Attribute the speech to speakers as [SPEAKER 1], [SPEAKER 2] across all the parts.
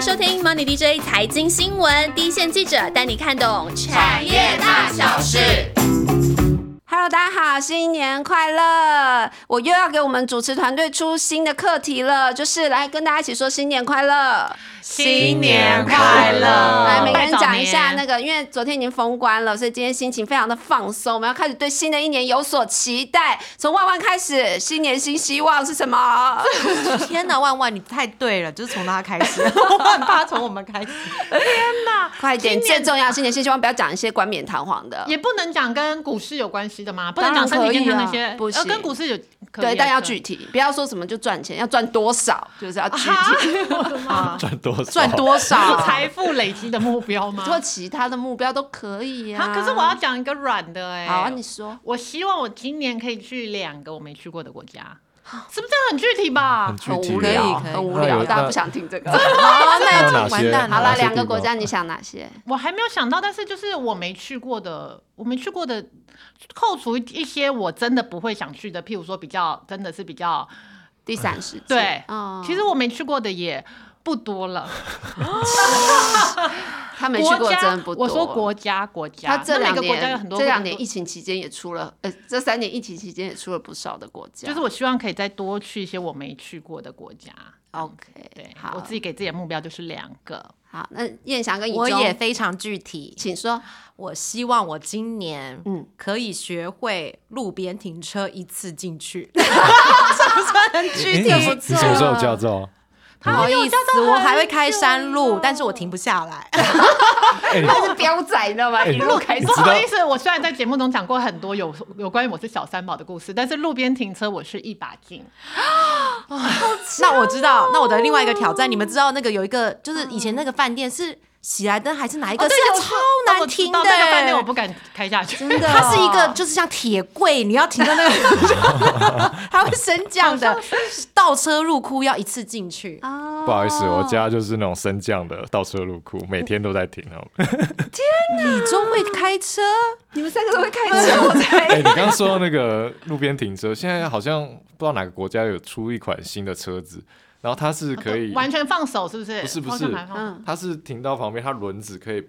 [SPEAKER 1] 收听 Money DJ 财经新闻，第一线记者带你看懂产业大小事。
[SPEAKER 2] Hello，大家好，新年快乐！我又要给我们主持团队出新的课题了，就是来跟大家一起说新年快乐。
[SPEAKER 3] 新年快乐！
[SPEAKER 2] 来，每个人讲一下那个，因为昨天已经封关了，所以今天心情非常的放松。我们要开始对新的一年有所期待，从万万开始，新年新希望是什 么？
[SPEAKER 3] 天哪，万万你太对了，就是从他开 始，我很怕从我们开始。天哪，
[SPEAKER 2] 快点！
[SPEAKER 3] 今年
[SPEAKER 2] 最重要，新年新希望，不要讲一些冠冕堂皇的。
[SPEAKER 4] 也不能讲跟股市有关系的吗？不
[SPEAKER 2] 当
[SPEAKER 4] 能
[SPEAKER 2] 然
[SPEAKER 4] 讲身体健康那
[SPEAKER 2] 可以啊
[SPEAKER 4] 些，
[SPEAKER 2] 不
[SPEAKER 4] 呃
[SPEAKER 2] 行
[SPEAKER 4] 跟股市有可以啊
[SPEAKER 2] 对，但要
[SPEAKER 4] 可
[SPEAKER 2] 具体，不要说什么就赚钱，要赚多少，就是要具 体
[SPEAKER 5] 赚多少？
[SPEAKER 2] 赚多
[SPEAKER 4] 是
[SPEAKER 2] 少，
[SPEAKER 4] 财富累积的目 标吗？
[SPEAKER 2] 做其他的目标都可以呀、
[SPEAKER 4] 啊，可是我要讲一个软的哎、
[SPEAKER 2] 好啊，你说
[SPEAKER 4] 我希望我今年可以去两个我没去过的国家，是不是这样很具体吧
[SPEAKER 5] 很？具
[SPEAKER 2] 很
[SPEAKER 5] 体啊
[SPEAKER 2] 无聊，
[SPEAKER 3] 可以可以
[SPEAKER 2] 很无
[SPEAKER 5] 那
[SPEAKER 2] 聊，
[SPEAKER 5] 有
[SPEAKER 2] 大家
[SPEAKER 5] 那
[SPEAKER 2] 不想听这个。好，
[SPEAKER 5] 还有
[SPEAKER 2] 那
[SPEAKER 5] 哪
[SPEAKER 3] 完
[SPEAKER 5] 些？
[SPEAKER 3] 蛋了
[SPEAKER 2] 好
[SPEAKER 5] 哪
[SPEAKER 2] 了，
[SPEAKER 5] 些
[SPEAKER 2] 两个
[SPEAKER 5] 地
[SPEAKER 2] 国家
[SPEAKER 5] 方
[SPEAKER 2] 你想哪些？
[SPEAKER 4] 我还没有想到，但是就是我没去过的，我没去过的，扣除一些我真的不会想去的，譬如说比较真的是比较
[SPEAKER 2] 第三世界。
[SPEAKER 4] 对
[SPEAKER 2] 嗯
[SPEAKER 4] 其实我没去过的也不多了。
[SPEAKER 2] 他没去过
[SPEAKER 4] 国家
[SPEAKER 2] 真不多。
[SPEAKER 4] 我说国家国家，
[SPEAKER 2] 他这
[SPEAKER 4] 那
[SPEAKER 2] 两
[SPEAKER 4] 每个国家有
[SPEAKER 2] 年
[SPEAKER 4] 很多
[SPEAKER 2] 这
[SPEAKER 4] 不
[SPEAKER 2] 两
[SPEAKER 4] 同
[SPEAKER 2] 年疫情期间也出了，呃，这三年疫情期间也出了不少的国家。
[SPEAKER 4] 就是我希望可以再多去一些我没去过的国家。
[SPEAKER 2] OK，
[SPEAKER 4] 对，
[SPEAKER 2] 好，
[SPEAKER 4] 我自己给自己的目标就是两个。
[SPEAKER 2] 好。那燕翔跟尹
[SPEAKER 3] 我
[SPEAKER 2] 中
[SPEAKER 3] 也，非常具体，
[SPEAKER 2] 请说。
[SPEAKER 3] 我希望我今年
[SPEAKER 2] 嗯
[SPEAKER 3] 可以学会路边停车一次进 去，是不是很具体？
[SPEAKER 5] 诶你你什么时候有驾照？
[SPEAKER 3] 不好意思，我还会开山路，但是我停不下来。
[SPEAKER 5] 哎，你
[SPEAKER 2] 他是彪仔，你知道吗？
[SPEAKER 5] 哎
[SPEAKER 2] 一路开始
[SPEAKER 5] 你
[SPEAKER 4] 不
[SPEAKER 5] 知
[SPEAKER 4] 好
[SPEAKER 5] 道
[SPEAKER 4] 意思，我虽然在节目中讲过很多有有关于我是小三宝的故事，但是路边停车我是一把劲。
[SPEAKER 3] 那我知道，那我的另外一个挑战，你们知道那个有一个，就是以前那个饭店是喜来登还是哪一个？
[SPEAKER 4] 哦
[SPEAKER 3] 是
[SPEAKER 4] 对
[SPEAKER 3] 一
[SPEAKER 4] 我
[SPEAKER 3] 个
[SPEAKER 4] 知
[SPEAKER 3] 超
[SPEAKER 4] 我
[SPEAKER 3] 难
[SPEAKER 4] 知
[SPEAKER 3] 停
[SPEAKER 4] 道
[SPEAKER 3] 的
[SPEAKER 4] 那个饭
[SPEAKER 3] 欸
[SPEAKER 4] 店我不敢开下去，
[SPEAKER 2] 真的
[SPEAKER 3] 它是一个就是像铁柜，你要停在那 个，它会升降的，倒车入库要一次进去。
[SPEAKER 2] 啊
[SPEAKER 5] 不好意思，我家就是那种升降的倒车入库，每天都在停哦。
[SPEAKER 3] 你终会开车，
[SPEAKER 2] 你们三个都会开车，我
[SPEAKER 5] 哎，
[SPEAKER 2] 才
[SPEAKER 5] 你刚刚说到那个路边停车，现在好像不知道哪个国家有出一款新的车子，然后它是可以，
[SPEAKER 4] 哦完全放手，是不是？
[SPEAKER 5] 不是不
[SPEAKER 4] 完
[SPEAKER 5] 是
[SPEAKER 4] 全放手
[SPEAKER 2] 嗯
[SPEAKER 5] 它是停到旁边，它轮子可以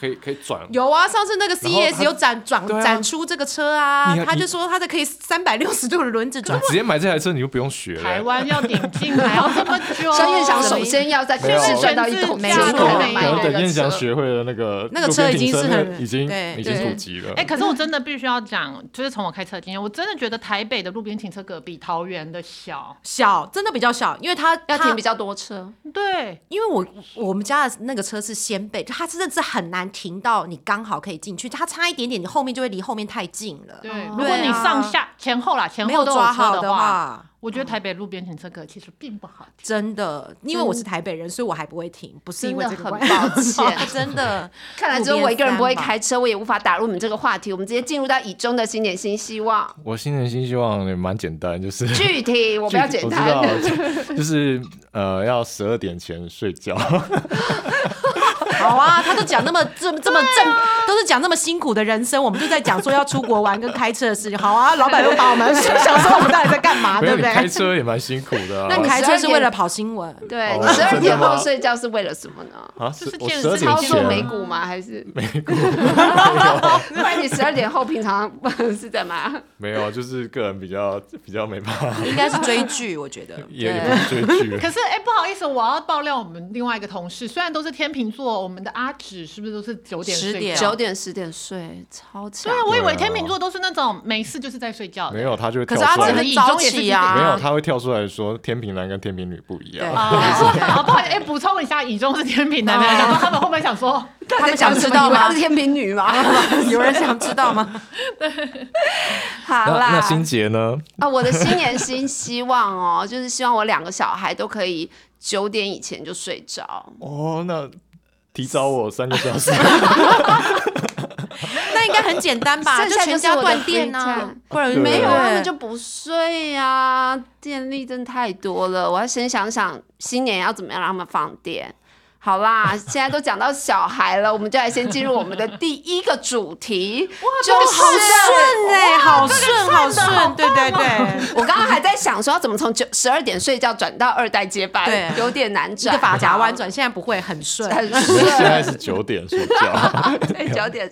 [SPEAKER 5] 可以可以转。
[SPEAKER 3] 有啊，上次那个
[SPEAKER 5] 然后它
[SPEAKER 3] CES 有展转
[SPEAKER 5] 对啊
[SPEAKER 3] 展出这个车啊
[SPEAKER 5] 你，还
[SPEAKER 3] 他就说他的可以三百六十度的轮子
[SPEAKER 5] 你
[SPEAKER 3] 转。
[SPEAKER 5] 直接买这台车，你就不用学了。
[SPEAKER 4] 台湾要顶进还要 这么久，
[SPEAKER 2] 像燕翔
[SPEAKER 3] 手
[SPEAKER 5] 嗯
[SPEAKER 2] 首先要在股
[SPEAKER 5] 没
[SPEAKER 2] 市
[SPEAKER 5] 有
[SPEAKER 2] 赚到一桶
[SPEAKER 4] 没
[SPEAKER 2] 金，
[SPEAKER 4] 错
[SPEAKER 2] 才能买
[SPEAKER 5] 可
[SPEAKER 4] 没
[SPEAKER 2] 那
[SPEAKER 4] 有
[SPEAKER 5] 能
[SPEAKER 2] 个
[SPEAKER 5] 等燕翔
[SPEAKER 2] 车
[SPEAKER 5] 学会了那个
[SPEAKER 3] 那个
[SPEAKER 5] 啊路边
[SPEAKER 3] 车已经
[SPEAKER 5] 停
[SPEAKER 3] 是
[SPEAKER 5] 那
[SPEAKER 3] 很
[SPEAKER 5] 个已经
[SPEAKER 3] 对
[SPEAKER 5] 已经
[SPEAKER 3] 对
[SPEAKER 5] 普及了。
[SPEAKER 4] 哎、可是我真的必须要讲，就是从我开车的经验，我真的觉得台北的路边停车格比桃园的小。
[SPEAKER 3] 小真的比较小，因为它
[SPEAKER 2] 要
[SPEAKER 3] 它
[SPEAKER 2] 停比较多车，
[SPEAKER 4] 对，
[SPEAKER 3] 因为我我们家的那个车是先辈，就它真的是很难停到你刚好可以进去，它差一点点，你后面就会离后面太近了。
[SPEAKER 4] 对，
[SPEAKER 2] 哦
[SPEAKER 4] 如果
[SPEAKER 3] 对
[SPEAKER 4] 你
[SPEAKER 3] 啊
[SPEAKER 4] 上下、前后啦，前
[SPEAKER 3] 没
[SPEAKER 4] 后
[SPEAKER 3] 有
[SPEAKER 4] 都
[SPEAKER 3] 抓
[SPEAKER 4] 车
[SPEAKER 3] 好
[SPEAKER 4] 的
[SPEAKER 3] 的话，
[SPEAKER 4] 我觉得台北路边停车格其实并不好停。
[SPEAKER 3] 真的，因为我是台北人，所以我还不会停，不是因为这个
[SPEAKER 2] 嗯真的很
[SPEAKER 3] 关系哦
[SPEAKER 2] 抱 歉
[SPEAKER 3] 真的。
[SPEAKER 2] 看来只有我一个人不会开车，我也无法打入你们这个话题。我们直接进入到以中的新年新希 望，
[SPEAKER 5] 我新年新希望也蛮简单，就是
[SPEAKER 2] 具体我不 要简单，
[SPEAKER 5] 我知道，就 就是呃，要十二点前睡觉。
[SPEAKER 3] 好啊，他都讲那么这么 这么正，
[SPEAKER 2] 啊
[SPEAKER 3] 都是讲那么辛苦的人生，我们就在讲说要出国玩跟开车的事情。好 啊，老板又把我们想说我们到底在干嘛，
[SPEAKER 5] 没
[SPEAKER 3] 对
[SPEAKER 5] 有，
[SPEAKER 3] 不
[SPEAKER 5] 你开
[SPEAKER 3] 对？
[SPEAKER 5] 车也蛮辛苦的啊。
[SPEAKER 2] 那你
[SPEAKER 3] 开车是为
[SPEAKER 2] 12
[SPEAKER 3] 了
[SPEAKER 2] 点
[SPEAKER 3] 跑新闻，
[SPEAKER 2] 对
[SPEAKER 5] 哦
[SPEAKER 2] 你十二
[SPEAKER 5] 真的
[SPEAKER 2] 点
[SPEAKER 5] 吗
[SPEAKER 2] 后睡觉是为了什么呢？
[SPEAKER 5] 啊，
[SPEAKER 4] 就是
[SPEAKER 5] 我
[SPEAKER 4] 见
[SPEAKER 5] 十二
[SPEAKER 4] 识
[SPEAKER 5] 点
[SPEAKER 2] 操
[SPEAKER 4] 到
[SPEAKER 2] 作
[SPEAKER 5] 前
[SPEAKER 4] 没
[SPEAKER 2] 美股吗？还是美股？ 不然你十二点后平常是在嘛？
[SPEAKER 5] 没有，就是个人比较比较没办法，
[SPEAKER 3] 应该是追剧，我 觉得。
[SPEAKER 5] 也也不是追剧。
[SPEAKER 4] 可是，哎、不好意思，我要爆料我们另外一个同事，虽然都是天秤座，我们的阿芷是不是都是九点
[SPEAKER 3] 10
[SPEAKER 4] 睡
[SPEAKER 3] 点
[SPEAKER 4] 觉？
[SPEAKER 2] 九点十点睡，超强
[SPEAKER 4] 对。啊，我以为
[SPEAKER 5] 对啊
[SPEAKER 4] 天秤座都是那种没事就是在睡觉的。
[SPEAKER 5] 没有，他就会
[SPEAKER 3] 可
[SPEAKER 5] 跳
[SPEAKER 3] 是他
[SPEAKER 5] 出
[SPEAKER 3] 只
[SPEAKER 5] 来。
[SPEAKER 4] 们
[SPEAKER 3] 能
[SPEAKER 5] 没
[SPEAKER 3] 早起 啊，
[SPEAKER 5] 有，他会跳出来说天平男跟天平女不一
[SPEAKER 3] 对
[SPEAKER 5] 样。
[SPEAKER 4] 啊，啊不好意思，哎、补充一下，以中是天 秤男的，想说他们会不会想说，
[SPEAKER 3] 他们想知道
[SPEAKER 2] 吗？
[SPEAKER 3] 吗
[SPEAKER 2] 是？天平女吗？
[SPEAKER 3] 有人想知道吗？
[SPEAKER 2] 好
[SPEAKER 5] 那
[SPEAKER 2] 啦
[SPEAKER 5] 那，心杰呢？
[SPEAKER 2] 啊，我的新年新希望哦， 就是希望我两个小孩都可以九点以前就睡着。
[SPEAKER 5] 哦，那提早我三个小时。
[SPEAKER 3] 那应该很简单吧？
[SPEAKER 2] 剩下
[SPEAKER 3] 全
[SPEAKER 2] 就是
[SPEAKER 3] 家
[SPEAKER 2] 我的
[SPEAKER 3] 断
[SPEAKER 2] free
[SPEAKER 3] 电啊
[SPEAKER 2] time，
[SPEAKER 3] 不然
[SPEAKER 5] 对
[SPEAKER 2] 没有，
[SPEAKER 3] 啊，
[SPEAKER 2] 他们就不睡啊呀、电力真的太多了。我要先想想新年要怎么样让他们放电。好 啦，现在都讲到小孩了，我们就来先进入我们的第一个主题，就
[SPEAKER 3] 好
[SPEAKER 2] 是。
[SPEAKER 3] 顺哎，好顺好顺，对对对，
[SPEAKER 2] 我刚刚还在想说，要怎么从九十二点睡觉转到二代接班，
[SPEAKER 3] 对
[SPEAKER 2] 有点难
[SPEAKER 3] 一
[SPEAKER 2] 转，
[SPEAKER 3] 个发夹弯转，现在不会很顺。
[SPEAKER 2] 很
[SPEAKER 6] 现
[SPEAKER 2] 顺。
[SPEAKER 6] 在是九点睡 觉，
[SPEAKER 2] 对，九点。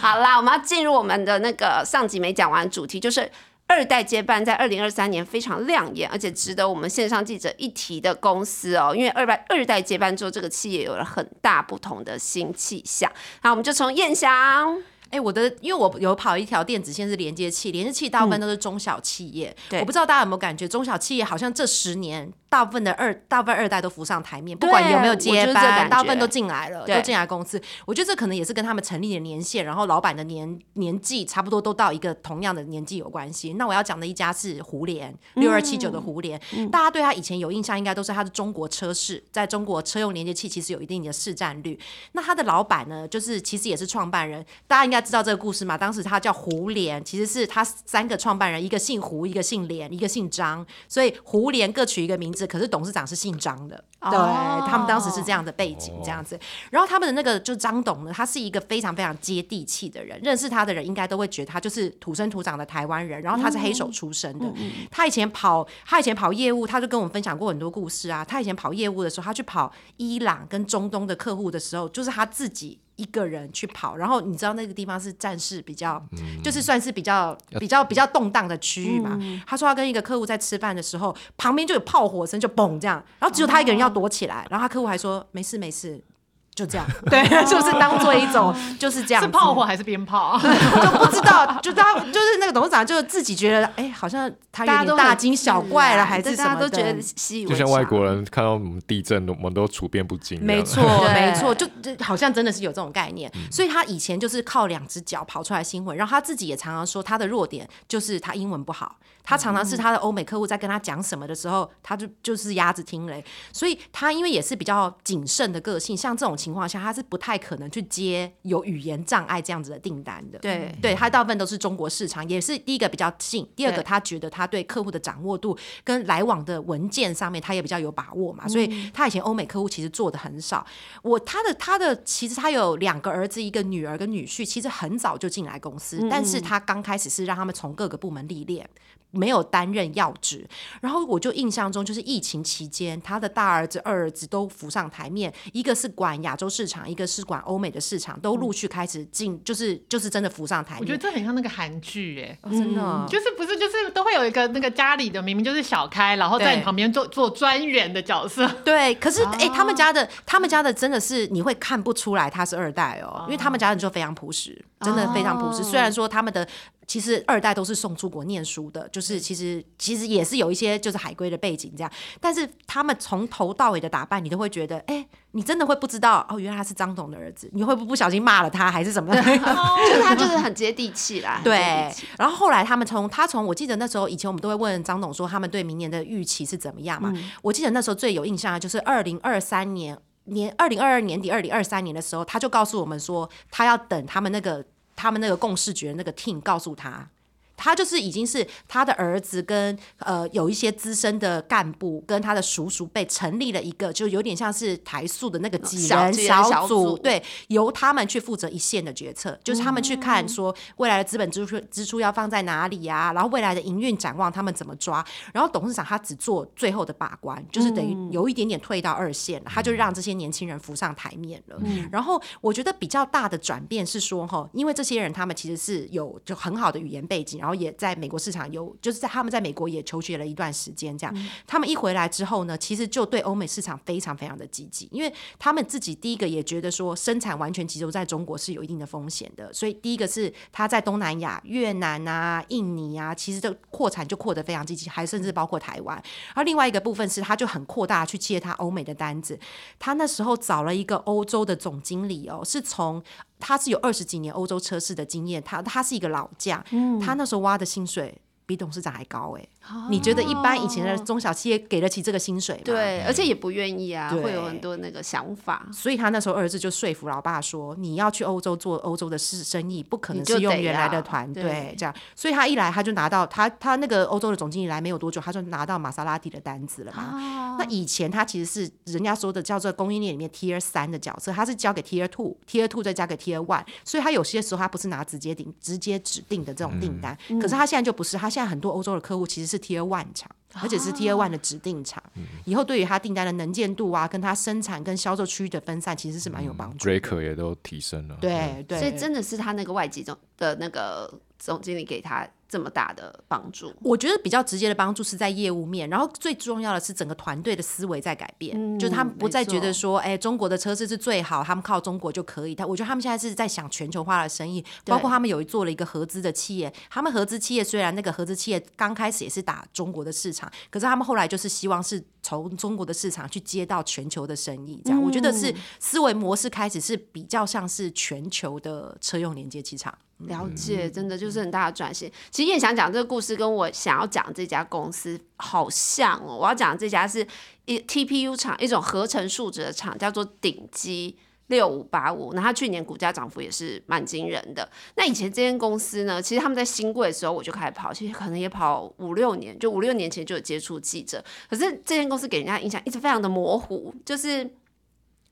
[SPEAKER 2] 好啦，我们要进入我们的那个上集没讲完的主题，就是二代接班在二零二三年非常亮眼，而且值得我们线上记者一提的公司哦，因为二代二代接班之后，这个企业有了很大不同的新气象。那我们就从燕翔，
[SPEAKER 3] 哎，我的，因为我有跑一条电子线是连接器，连接器大部分都是中小企业。
[SPEAKER 2] 嗯对
[SPEAKER 3] 我不知道大家有没有感觉，中小企业好像这十年大部分的二大部分二代都浮上台面，不管有没有
[SPEAKER 2] 我
[SPEAKER 3] 接
[SPEAKER 2] 就是这感觉
[SPEAKER 3] 班，大部分都进来了，
[SPEAKER 2] 对
[SPEAKER 3] 都进来公司。我觉得这可能也是跟他们成立的年限，然后老板的年年纪差不多都到一个同样的年纪有关系。那我要讲的一家是胡联六二七九
[SPEAKER 2] 嗯
[SPEAKER 3] 的胡联，大家对他以前有印象，应该都是他是中国车市，在中国车用连接器其实有一定的市占率。那他的老板呢，就是其实也是创办人，大家应该知道这个故事嘛。当时他叫胡连，其实是他三个创办人，一个姓胡，一个姓连，一个姓张，所以胡连各取一个名字。可是董事长是姓张的，哦对、他们当时是这样的背景，这样子。然后他们的那个就张董呢，他是一个非常非常接地气的人，认识他的人应该都会觉得他就是土生土长的台湾人，然后他是黑手出身的。他以前跑，他以前跑业务，他就跟我们分享过很多故事啊。他以前跑业务的时候，他去跑伊朗跟中东的客户的时候，就是他自己。一个人去跑，然后你知道那个地方是战事比较，就是算是比较比较比较动荡的区域嘛。他说他跟一个客户在吃饭的时候，旁边就有炮火声，就嘣这样，然后只有他一个人要躲起来，然后他客户还说没事没事，就这样， 对，就是当做一 种就是这样
[SPEAKER 4] 哦是
[SPEAKER 3] 子，
[SPEAKER 4] 炮火还是鞭 炮？
[SPEAKER 3] 就不知道，就他就是那个董事长就自己觉得，哎、好像他有
[SPEAKER 2] 大家
[SPEAKER 3] 点
[SPEAKER 2] 都
[SPEAKER 3] 大惊小怪了，
[SPEAKER 2] 嗯
[SPEAKER 3] 还是
[SPEAKER 2] 对
[SPEAKER 3] 什
[SPEAKER 2] 大
[SPEAKER 3] 么
[SPEAKER 2] 家
[SPEAKER 3] 的
[SPEAKER 2] 都觉得习以为啊
[SPEAKER 5] 就
[SPEAKER 2] 常，
[SPEAKER 5] 像外国人看到我们地震，我们都处变不惊。
[SPEAKER 3] 没错，
[SPEAKER 2] 对
[SPEAKER 3] 没错，就就好像真的是有这种概念，所以他以前就是靠两只脚跑出来新闻，然后他自己也常常说他的弱点就是他英文不好，他常常是他的欧美客户在跟他讲什么的时候，他就就是鸭子听雷，所以他因为也是比较谨慎的个性，像这种情况下他是不太可能去接有语言障碍这样子的订单的，
[SPEAKER 2] 对
[SPEAKER 3] 对他大部分都是中国市场，也是第一个比较近，第二个
[SPEAKER 2] 对
[SPEAKER 3] 他觉得他对客户的掌握度跟来往的文件上面他也比较有把握
[SPEAKER 2] 嗯
[SPEAKER 3] 嘛，所以他以前欧美客户其实做的很少。我他的他的其实他有两个儿子，一个女儿跟女婿，其实很早就进来公司，
[SPEAKER 4] 嗯
[SPEAKER 3] 但是他刚开始是让他们从各个部门历练。没有担任要职，然后我就印象中，就是疫情期间，他的大儿子、二儿子都浮上台面，一个是管亚洲市场，一个是管欧美的市场，都陆续开始进，就是就是真的浮上台
[SPEAKER 4] 嗯我觉得
[SPEAKER 3] 面。
[SPEAKER 4] 这很像那个韩剧哎。
[SPEAKER 3] 哦真的哦、
[SPEAKER 4] 就是不是就是都会有一个那个家里的明明就是小开，然后在
[SPEAKER 3] 对
[SPEAKER 4] 你旁边做做专员的角色，
[SPEAKER 3] 对，可是哎、诶他们家的他们家的真的是你会看不出来他是二代哦，因为他们家人就非常朴实，真的非常朴实。虽然说他们的其实二代都是送出国念书的，就是其实其实也是有一些就是海归的背景这样，但是他们从头到尾的打扮，你都会觉得哎。诶你真的会不知道哦，原来他是张董的儿子，你会不会不小心骂了他还是怎么？
[SPEAKER 2] 就是哦他就是很接地气 啦，很接
[SPEAKER 3] 对
[SPEAKER 2] 地气，
[SPEAKER 3] 然后后来他们从他从我记得那时候以前我们都会问张董说他们对明年的预期是怎么样嘛？我记得那时候最有印象的就是二零二三年年二零二二年底二零二三年的时候，他就告诉我们说他要等他们那个他们那个共视觉那个 team 告诉他。他就是已经是他的儿子跟呃有一些资深的干部跟他的叔叔辈成立了一个，就有点像是台塑的那个几
[SPEAKER 2] 小
[SPEAKER 3] 人
[SPEAKER 2] 几人
[SPEAKER 3] 小
[SPEAKER 2] 小
[SPEAKER 3] 组，
[SPEAKER 2] 组
[SPEAKER 3] 对，由他们去负责一线的决策，就是他们去看说未来的资本支出支出要放在哪里啊，然后未来的营运展望他们怎么抓，然后董事长他只做最后的把关，就是等于
[SPEAKER 2] 嗯
[SPEAKER 3] 有一点点退到二线了，他就让这些年轻人浮上台面了。然后我觉得比较大的转变是说，哈，因为这些人他们其实是有就很好的语言背景，然后也在美国市场有，就是在他们在美国也求学了一段时间，这样、他们一回来之后呢，其实就对欧美市场非常非常的积极，因为他们自己第一个也觉得说生产完全集中在中国是有一定的风险的，所以第一个是他在东南亚、越南啊、印尼啊，其实这扩产就扩得非常积极，还甚至包括台湾。而另外一个部分是，他就很扩大去接他欧美的单子，他那时候找了一个欧洲的总经理哦，是从
[SPEAKER 2] 嗯
[SPEAKER 3] 他是有二十几年欧洲车市的经验，他他是一个老将，他那时候挖的薪水比董事长还高哎、
[SPEAKER 2] 哦
[SPEAKER 3] 你觉得一般以前的中小企业给得起这个薪水吗？。
[SPEAKER 2] 对，而且也不愿意啊，
[SPEAKER 3] 对
[SPEAKER 2] 会有很多那个想法。
[SPEAKER 3] 所以他那时候儿子就说服老爸说：“你要去欧洲做欧洲的事生意，不可能
[SPEAKER 2] 你就是
[SPEAKER 3] 用
[SPEAKER 2] 得
[SPEAKER 3] 原来的
[SPEAKER 2] 要
[SPEAKER 3] 团队
[SPEAKER 2] 对
[SPEAKER 3] 这样。”所以他一来他就拿到他他那个欧洲的总经理来没有多久，他就拿到玛莎拉蒂的单子了嘛。
[SPEAKER 2] 哦
[SPEAKER 3] 那以前他其实是人家说的叫做供应链里面 Tier 三的角色，他是交给 Tier two，Tier two 再交给 Tier one，所以他有些时候他不是拿直接订直接指定的这种订单，
[SPEAKER 2] 嗯
[SPEAKER 3] 可是他现在就不是，他现在很多欧洲的客户其实是 Tier one 厂，
[SPEAKER 2] 啊
[SPEAKER 3] 而且是 Tier one 的指定厂，以后对于他订单的能见度啊，跟他生产跟销售区域的分散其实是蛮有帮助的。
[SPEAKER 5] ，Drake 也都提升了。
[SPEAKER 3] 对对，
[SPEAKER 2] 所以真的是他那个外籍总的那个总经理给他这么大的帮助。
[SPEAKER 3] 我觉得比较直接的帮助是在业务面，然后最重要的是整个团队的思维在改变，
[SPEAKER 2] 嗯
[SPEAKER 3] 就是他们不再觉得
[SPEAKER 2] 没错
[SPEAKER 3] 说，哎、中国的车市是最好，他们靠中国就可以。他我觉得他们现在是在想全球化的生意，
[SPEAKER 2] 对
[SPEAKER 3] 包括他们有做了一个合资的企业，他们合资企业虽然那个合资企业刚开始也是打中国的市场，可是他们后来就是希望是从中国的市场去接到全球的生意，
[SPEAKER 2] 嗯
[SPEAKER 3] 这样、我觉得是思维模式开始是比较像是全球的车用连接器厂。
[SPEAKER 2] 了解，真的就是很大的转型。其实也想讲这个故事，跟我想要讲这家公司好像哦。我要讲这家是一 TPU 厂，一种合成树脂的厂，叫做顶基。六五八五，那它去年股价涨幅也是蛮惊人的。那以前这间公司呢，其实他们在新贵的时候我就开始跑，其实可能也跑五六年，就五六年前就有接触记者。可是这间公司给人家印象一直非常的模糊，就是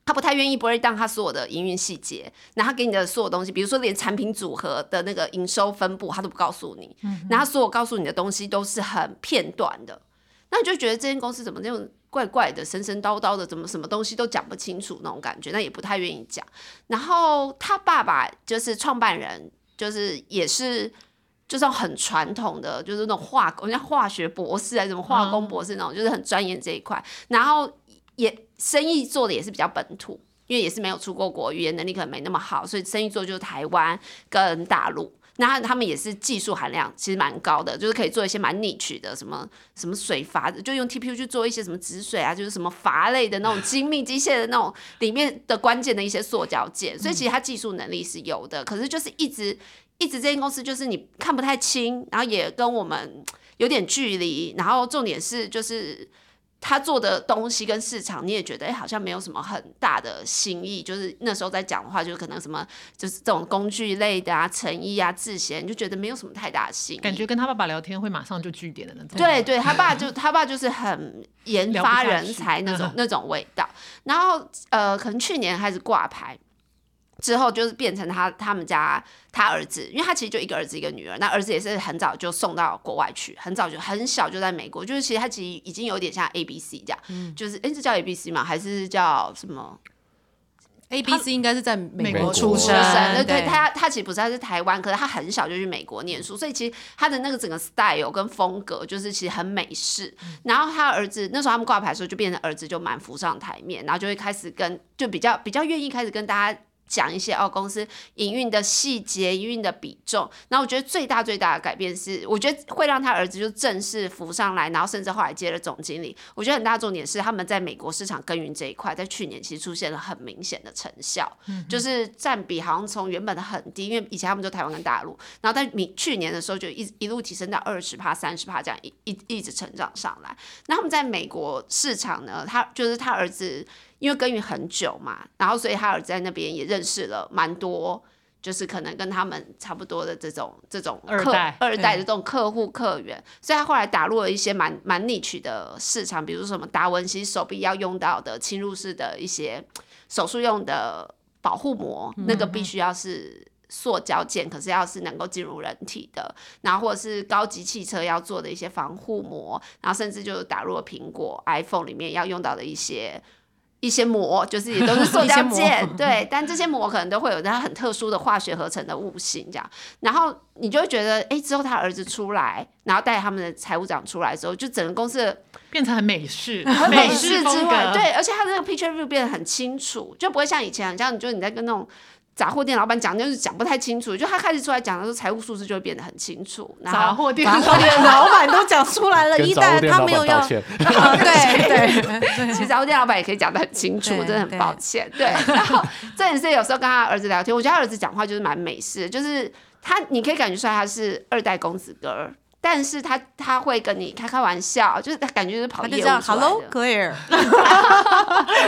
[SPEAKER 2] 他不太愿意 break down 他所有的营运细节，那他给你的所有东西，比如说连产品组合的那个营收分布，他都不告诉你，然后所有告诉你的东西都是很片段的，那你就觉得这间公司怎么那种怪怪的、神神叨叨的，怎么什么东西都讲不清楚那种感觉，那也不太愿意讲。然后他爸爸就是创办人，就是也是。就是很传统的，就是那种化工，像化学博士还是什么化工博士那种，就是很钻研这一块。然后也生意做的也是比较本土，因为也是没有出过国，语言能力可能没那么好，所以生意做就是台湾跟大陆。那他们也是技术含量其实蛮高的，就是可以做一些蛮 niche 的，什么什么水阀，就用 TPU 去做一些什么止水啊，就是什么阀类的那种 精密机械的那种里面的关键的一些塑胶件，
[SPEAKER 4] 嗯
[SPEAKER 2] 所以其实它技术能力是有的，可是就是一直一直这间公司就是你看不太清，然后也跟我们有点距离，然后重点是就是他做的东西跟市场，你也觉得哎、好像没有什么很大的新意。就是那时候在讲的话，就是可能什么就是这种工具类的啊、成衣啊、制鞋，你就觉得没有什么太大的新意。
[SPEAKER 4] 感觉跟他爸爸聊天会马上就据点的那种。
[SPEAKER 2] 对对，他爸就他爸就是很研
[SPEAKER 4] 聊不
[SPEAKER 2] 发
[SPEAKER 4] 下
[SPEAKER 2] 人
[SPEAKER 4] 去
[SPEAKER 2] 才那 种那种味道。然后呃，可能去年开始挂牌。之后就是变成他他们家他儿子，因为他其实就一个儿子一个女儿，那儿子也是很早就送到国外去，很早就很小就在美国，就是其实他其实已经有点像 A B C 这样，
[SPEAKER 4] 嗯
[SPEAKER 2] 就是哎、诶是叫 A B C 吗？还是叫什么
[SPEAKER 3] A B C 应该是在
[SPEAKER 4] 美
[SPEAKER 3] 美国
[SPEAKER 4] 国
[SPEAKER 3] 出
[SPEAKER 5] 出
[SPEAKER 3] 生
[SPEAKER 5] 生
[SPEAKER 2] 对对，他他其实不是，他是台湾，可是他很小就去美国念书，所以其实他的那个整个 style 跟风格就是其实很美式。然后他儿子那时候他们挂牌的时候，就变成儿子就蛮浮上台面，然后就会开始跟就比较比较愿意开始跟大家。讲一些哦，公司营运的细节、营运的比重。然后我觉得最大最大的改变是，我觉得会让他儿子就正式浮上来，然后甚至后来接了总经理。我觉得很大重点是他们在美国市场耕耘这一块，在去年其实出现了很明显的成效，
[SPEAKER 4] 嗯
[SPEAKER 2] 就是占比好像从原本的很低，因为以前他们就台湾跟大陆，然后在明去年的时候就一一路提升到二十趴、三十趴这样一一一直成长上来。那他们在美国市场呢，他就是他儿子。因为耕耘很久嘛，然后所以他儿子在那边也认识了蛮多，就是可能跟他们差不多的这种这种
[SPEAKER 4] 二
[SPEAKER 2] 客
[SPEAKER 4] 代
[SPEAKER 2] 二代
[SPEAKER 4] 嗯
[SPEAKER 2] 的这种客户客源，所以他后来打入了一些蛮蛮 niche 的市场，比如说什么达文西手臂要用到的侵入式的一些手术用的保护膜，那
[SPEAKER 3] 嗯
[SPEAKER 2] 个必须要是。塑胶件，可是要是能够进入人体的，然后或者是高级汽车要做的一些防护膜，然后甚至就是打入了苹果 iPhone 里面要用到的一些一些膜，就是也都是塑
[SPEAKER 3] 一些
[SPEAKER 2] 胶
[SPEAKER 3] 膜
[SPEAKER 2] 件，对，但这些膜可能都会有它很特殊的化学合成的物性这样，然后你就会觉得，哎，之后他儿子出来，然后带他们的财务长出来之后，就整个公司的
[SPEAKER 4] 变成很美式，
[SPEAKER 2] 美
[SPEAKER 4] 式
[SPEAKER 2] 式
[SPEAKER 4] 风
[SPEAKER 2] 之
[SPEAKER 4] 格
[SPEAKER 2] 外，，对，而且它的那个 picture view 变得很清楚，就不会像以前，很像你就你在跟那种杂货店老板讲，就是讲不太清楚。就他开始出来讲的时候，财务数字就会变得很清楚，然
[SPEAKER 4] 杂
[SPEAKER 2] 后
[SPEAKER 4] 货店
[SPEAKER 3] 然后连老板都讲出来了，
[SPEAKER 5] 跟
[SPEAKER 3] 一
[SPEAKER 5] 杂
[SPEAKER 3] 代
[SPEAKER 5] 货店
[SPEAKER 3] 他
[SPEAKER 5] 老
[SPEAKER 3] 没有
[SPEAKER 5] 板
[SPEAKER 3] 要
[SPEAKER 5] 道，歉，
[SPEAKER 3] 啊 对对，
[SPEAKER 2] 其实杂货店老板也可以讲得很清楚，
[SPEAKER 3] 对
[SPEAKER 2] 真的很抱歉。对， 然后这也是有时候跟他儿子聊天，我觉得他儿子讲话就是蛮美式的，就是他你可以感觉出来他是二代公子哥儿。但是他他会跟你开开玩笑，就是他感觉就是跑
[SPEAKER 3] 他
[SPEAKER 2] 业
[SPEAKER 3] 就
[SPEAKER 2] 务
[SPEAKER 3] 这
[SPEAKER 2] 出来
[SPEAKER 3] 样
[SPEAKER 2] 的。
[SPEAKER 3] ，Hello Claire，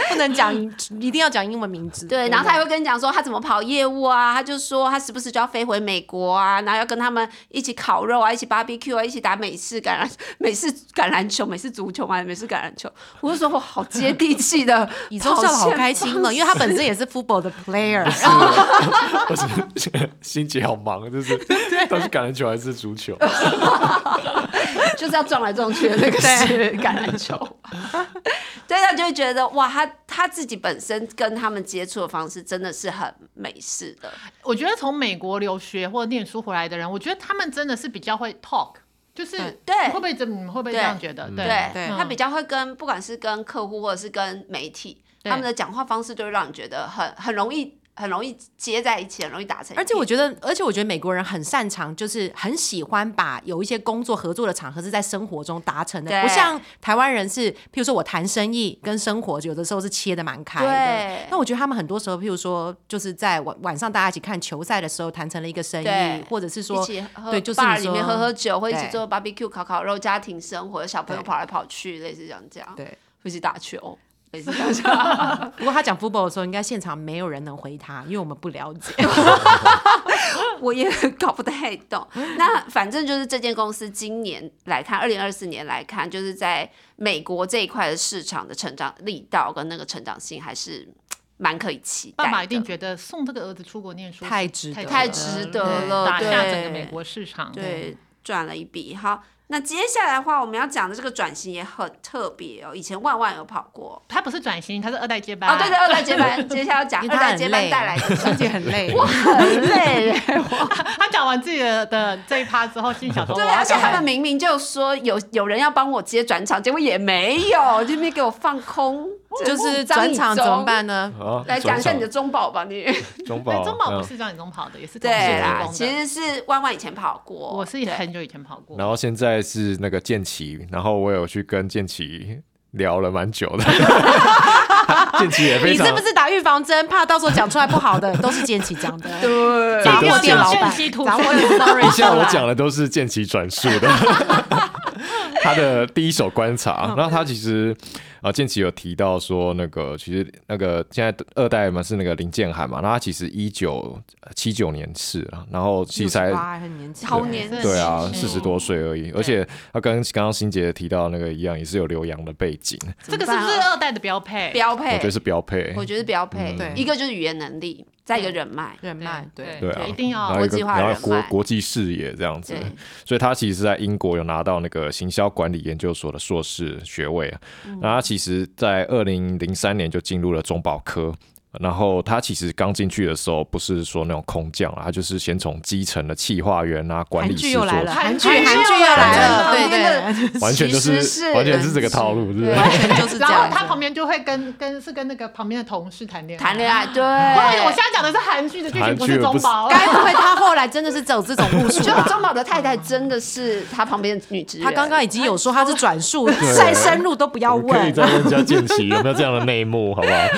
[SPEAKER 3] 不能讲，一定要讲英文名字。
[SPEAKER 2] 对，然后他还会跟你讲说他怎么跑业务啊，他就说他时不时就要飞回美国啊，然后要跟他们一起烤肉啊，一起 barbecue 啊，一起打美式橄榄美式橄榄球、美式足球嘛，美式橄榄球。我就说哇，好接地气 的，
[SPEAKER 3] 以周笑的好开心哦，因为他本身也是 football 的 player，然后
[SPEAKER 5] 我是心姐好忙，就是 到底是橄榄球还是足球？
[SPEAKER 2] 就是要撞来撞去的那个是橄榄球。 对，他就会觉得哇，他他自己本身跟他们接触的方式真的是很美式的，
[SPEAKER 4] 我觉得从美国留学或者念书回来的人，我觉得他们真的是比较会 talk，就是
[SPEAKER 3] 嗯
[SPEAKER 2] 对
[SPEAKER 4] 你会不会这你会不会这样觉得？嗯
[SPEAKER 2] 对，
[SPEAKER 3] 对嗯
[SPEAKER 2] 他比较会跟不管是跟客户或者是跟媒体，
[SPEAKER 3] 对
[SPEAKER 2] 他们的讲话方式都会让你觉得很很容易很容易接在一起，很容易打成一片。
[SPEAKER 3] 而且我觉得，而且我觉得美国人很擅长，就是很喜欢把有一些工作合作的场合是在生活中达成的，
[SPEAKER 2] 对
[SPEAKER 3] 不像台湾人是，譬如说我谈生意跟生活有的时候是切的蛮开的
[SPEAKER 2] 对。
[SPEAKER 3] 那我觉得他们很多时候，譬如说就是在晚晚上大家一起看球赛的时候谈成了一个生意
[SPEAKER 2] 对，
[SPEAKER 3] 或者是
[SPEAKER 2] 一
[SPEAKER 3] 说
[SPEAKER 2] 起喝
[SPEAKER 3] 对，就是你
[SPEAKER 2] bar
[SPEAKER 3] 说
[SPEAKER 2] 里面喝喝酒，或一起
[SPEAKER 3] 对
[SPEAKER 2] 做 barbecue 烤烤肉，家庭生活，小朋友
[SPEAKER 3] 对
[SPEAKER 2] 跑来跑去，类似这样这样，
[SPEAKER 3] 对。
[SPEAKER 2] 一起打球，类似这样。
[SPEAKER 3] 不过他讲 football 的时候，应该现场没有人能回他，因为我们不 了解。
[SPEAKER 2] 我也 搞不太懂。那反正就是这间公司今年来看，二零二四年来看，就是在美国这一块的市场的成长力道跟那个成长性还是嘖蛮可以期待的。
[SPEAKER 4] 爸爸一定觉得送这个儿子出国念书
[SPEAKER 3] 太值得
[SPEAKER 4] 太
[SPEAKER 3] 了
[SPEAKER 4] 值
[SPEAKER 2] 太值得了
[SPEAKER 4] 打下
[SPEAKER 2] 对
[SPEAKER 4] 整个美国市场。
[SPEAKER 2] 对赚了一笔。好，那接下来的话，我们要讲的这个转型也很特别哦。以前万万有跑过
[SPEAKER 4] 他不是转型，他是二代接班。
[SPEAKER 2] 哦，对对，二代接班，接下来要讲
[SPEAKER 3] 因
[SPEAKER 2] 二
[SPEAKER 3] 为他
[SPEAKER 2] 代
[SPEAKER 3] 很
[SPEAKER 2] 接班
[SPEAKER 3] 累
[SPEAKER 2] 带来的
[SPEAKER 3] 而且很累。
[SPEAKER 2] 很累耶。
[SPEAKER 4] 他讲完自己的的这一趴之后，心里想 说，
[SPEAKER 2] 对，啊
[SPEAKER 4] 我要
[SPEAKER 2] 而且
[SPEAKER 4] 赶
[SPEAKER 2] 他
[SPEAKER 4] 快
[SPEAKER 2] 们明明就说有有人要帮我接转场，结果也没 有，就那边给我放空。
[SPEAKER 3] 就是
[SPEAKER 2] 张
[SPEAKER 3] 转
[SPEAKER 2] 以
[SPEAKER 3] 场怎么
[SPEAKER 2] 中
[SPEAKER 3] 办呢？
[SPEAKER 5] 啊，
[SPEAKER 2] 来讲一下你的
[SPEAKER 5] 中
[SPEAKER 2] 中宝吧， 你
[SPEAKER 5] 宝
[SPEAKER 4] 对
[SPEAKER 5] 中宝，
[SPEAKER 4] 哎中宝不
[SPEAKER 5] 嗯
[SPEAKER 4] 是让你中跑的，也是同事
[SPEAKER 2] 对啊
[SPEAKER 4] 提
[SPEAKER 2] 啦，
[SPEAKER 4] 供
[SPEAKER 2] 其
[SPEAKER 4] 的。
[SPEAKER 2] 实是万万以前跑过，
[SPEAKER 4] 我是
[SPEAKER 2] 对
[SPEAKER 4] 很久以前跑过，
[SPEAKER 5] 然后现在是那个建奇，然后我有去跟建奇聊了蛮久 的，建奇也非
[SPEAKER 3] 你
[SPEAKER 5] 常
[SPEAKER 3] 是不是打预防针，怕到时候讲出来不好的都是建奇讲的？
[SPEAKER 2] 对
[SPEAKER 5] 对
[SPEAKER 3] 杂
[SPEAKER 5] 都
[SPEAKER 3] 货
[SPEAKER 5] 是
[SPEAKER 3] 店老
[SPEAKER 4] 正
[SPEAKER 3] 板
[SPEAKER 4] 西，图
[SPEAKER 3] 杂货
[SPEAKER 4] 书
[SPEAKER 3] 店 sorry
[SPEAKER 5] 以下我
[SPEAKER 3] 出来
[SPEAKER 5] 讲的都是建奇转述的，他的第一手观察。然后他其实呃，建奇有提到说，那个其实那个现在二代嘛是那个林建海嘛，那他其实一九七九年是啊，然后其实才
[SPEAKER 3] 68还很年轻，
[SPEAKER 2] 好年轻，
[SPEAKER 5] 对啊，
[SPEAKER 4] 是
[SPEAKER 5] 四十多岁而已，而且他跟刚刚欣姐提到那个一样，也是有留洋的背景，
[SPEAKER 4] 这个是不是二代的标配？
[SPEAKER 2] 标
[SPEAKER 5] 我
[SPEAKER 2] 配
[SPEAKER 5] 觉得？是嗯标配
[SPEAKER 2] 哎我。觉得标配
[SPEAKER 3] 对，
[SPEAKER 2] 一个就是语言能力，再一个人脉，
[SPEAKER 3] 人脉，对，
[SPEAKER 5] 对啊，
[SPEAKER 4] 一定
[SPEAKER 5] 然
[SPEAKER 4] 要
[SPEAKER 2] 哦国
[SPEAKER 5] 后一个
[SPEAKER 2] 际化
[SPEAKER 5] 然
[SPEAKER 2] 人
[SPEAKER 5] 后国
[SPEAKER 2] 脉
[SPEAKER 5] 国际视野这样子
[SPEAKER 2] 对，
[SPEAKER 5] 所以他其实在英国有拿到那个行销管理研究所的硕士学位啊。
[SPEAKER 2] 嗯
[SPEAKER 5] 那他其实，在二零零三年就进入了中保科。然后他其实刚进去的时候，不是说那种空降啊，他就是先从基层的企划员啊、管
[SPEAKER 3] 韩
[SPEAKER 5] 理
[SPEAKER 3] 剧
[SPEAKER 5] 师
[SPEAKER 3] 又
[SPEAKER 5] 做
[SPEAKER 3] 来
[SPEAKER 5] 起，
[SPEAKER 3] 了，
[SPEAKER 4] 韩
[SPEAKER 3] 韩
[SPEAKER 4] 剧
[SPEAKER 3] 剧
[SPEAKER 4] 又
[SPEAKER 3] 韩剧又
[SPEAKER 2] 来
[SPEAKER 3] 来
[SPEAKER 2] 了
[SPEAKER 3] 了，
[SPEAKER 2] 真
[SPEAKER 3] 对
[SPEAKER 2] 的那
[SPEAKER 3] 对，
[SPEAKER 5] 完全就
[SPEAKER 2] 其实是
[SPEAKER 5] 完全就是这个套路，是不是？
[SPEAKER 3] 完全就是这
[SPEAKER 4] 然后
[SPEAKER 3] 样。
[SPEAKER 4] 他旁边就会跟跟是跟那个旁边的同事谈恋爱。
[SPEAKER 2] 谈恋爱，对。
[SPEAKER 4] 哎，我现在讲的是韩剧的剧情，
[SPEAKER 5] 韩
[SPEAKER 4] 不
[SPEAKER 5] 剧
[SPEAKER 4] 是中
[SPEAKER 5] 不是
[SPEAKER 4] 宝。
[SPEAKER 3] 该不会他后来真的是走这种路 数
[SPEAKER 2] 就
[SPEAKER 3] 吧？
[SPEAKER 2] 中宝的太太真的是他旁边的女职员，
[SPEAKER 3] 他刚刚已经有说他是转述，再深入都不要
[SPEAKER 6] 可以
[SPEAKER 3] 问
[SPEAKER 6] 再。问一下建奇有没有这样的内幕，好不好？
[SPEAKER 4] 哎，